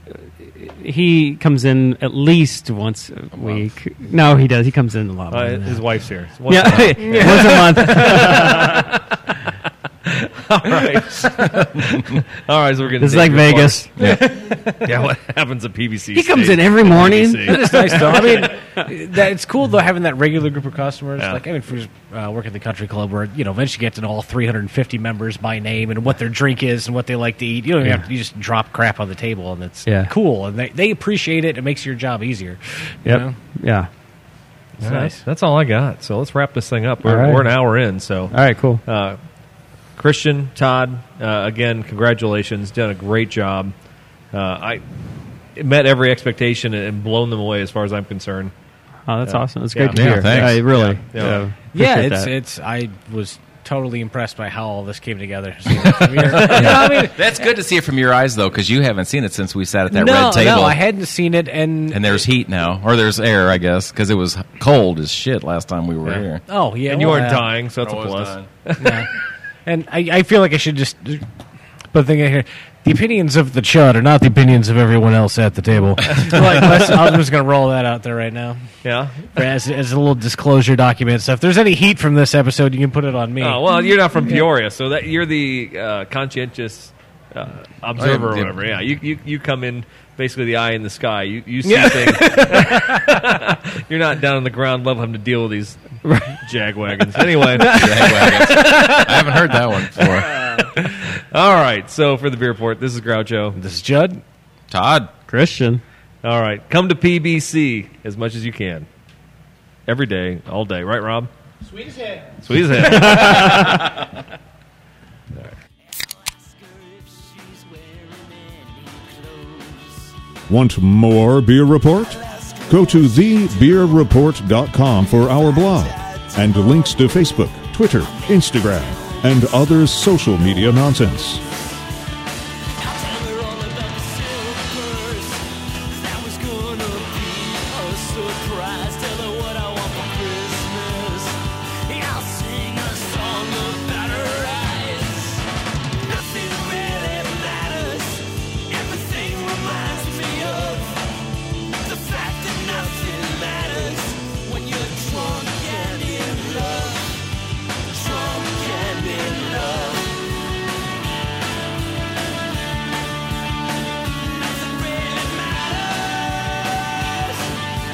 he comes in at least once a, week. No, he does. He comes in a lot. more
Uh,
than that.
his wife's here. It's one-
yeah, once a month.
All right. All right. So we're getting.
This is like
taken apart.
Vegas.
Yeah. What happens at PBC?
He comes
stays
in every morning.
at PBC.
It's nice though. I mean, that, it's cool though having that regular group of customers.
Yeah.
Like I mean, if you uh, work at the country club, where you know eventually get to know all 350 members by name and what their drink is and what they like to eat. You don't even have to. You just drop crap on the table, and it's
Yeah.
cool. And they, they appreciate it. It makes your job easier. you
Yep.
know?
Yeah.
All right, That's all I got. So let's wrap this thing up. We're,
All right.
we're an hour in. So
All right. Cool.
uh, Christian, Todd, uh, again, congratulations. Done a great job. Uh, I it met every expectation and blown them away as far as I'm concerned.
Oh, that's awesome. It's
Yeah.
great to
Yeah,
hear.
thanks.
I really.
Yeah.
uh,
Yeah,
appreciate
it's
that.
it's. I was totally impressed by how all this came together. So, from here- You know, I mean,
That's good to see it from your eyes, though, because you haven't seen it since we sat at that
no,
red table.
no, I hadn't seen it, and,
and there's heat now, or there's air, I guess, because it was cold as shit last time we were
Yeah.
here.
oh yeah,
And you
well,
aren't
uh,
dying, so that's a plus.
Yeah. and I, I feel like I should just put the thing in here. The opinions of the chud are not the opinions of everyone else at the table. like, let's- I'm just going to roll that out there right now
Yeah.
as, as a little disclosure document. So if there's any heat from this episode, you can put it on me.
Oh well, you're not from Peoria, so that you're the uh, conscientious uh, observer or
yeah.
whatever. Yeah, you, you you come in basically the eye in the sky. You you see things. you're not down on the ground level having to deal with these jag wagons. Anyway,
I haven't heard that one before.
all right. So for the beer port, this is Groucho.
This is Judd.
Todd,
Christian.
All right, come to PBC as much as you can, every day, all day. Right, Rob? Sweet as hell. Sweet as hell.
Ask her if she's wearing any clothes.
Want more Beer Report? Go to thebeerreport.com for our blog and links to Facebook, Twitter, Instagram, and other social media nonsense.
I'll tell her all about the silvers. That was gonna be a surprise. Tell her what I want for Christmas. I'll sing a song about her eyes. Nothing really matters. Everything reminds me of the fact that nothing matters when you're drunk and in love. Drunk and in love. Nothing really matters.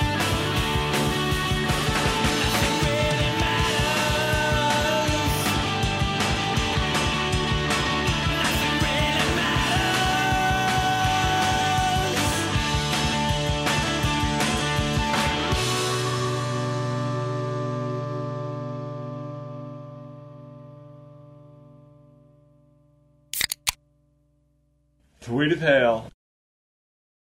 Nothing really matters. Nothing really matters.
Sweet as hell.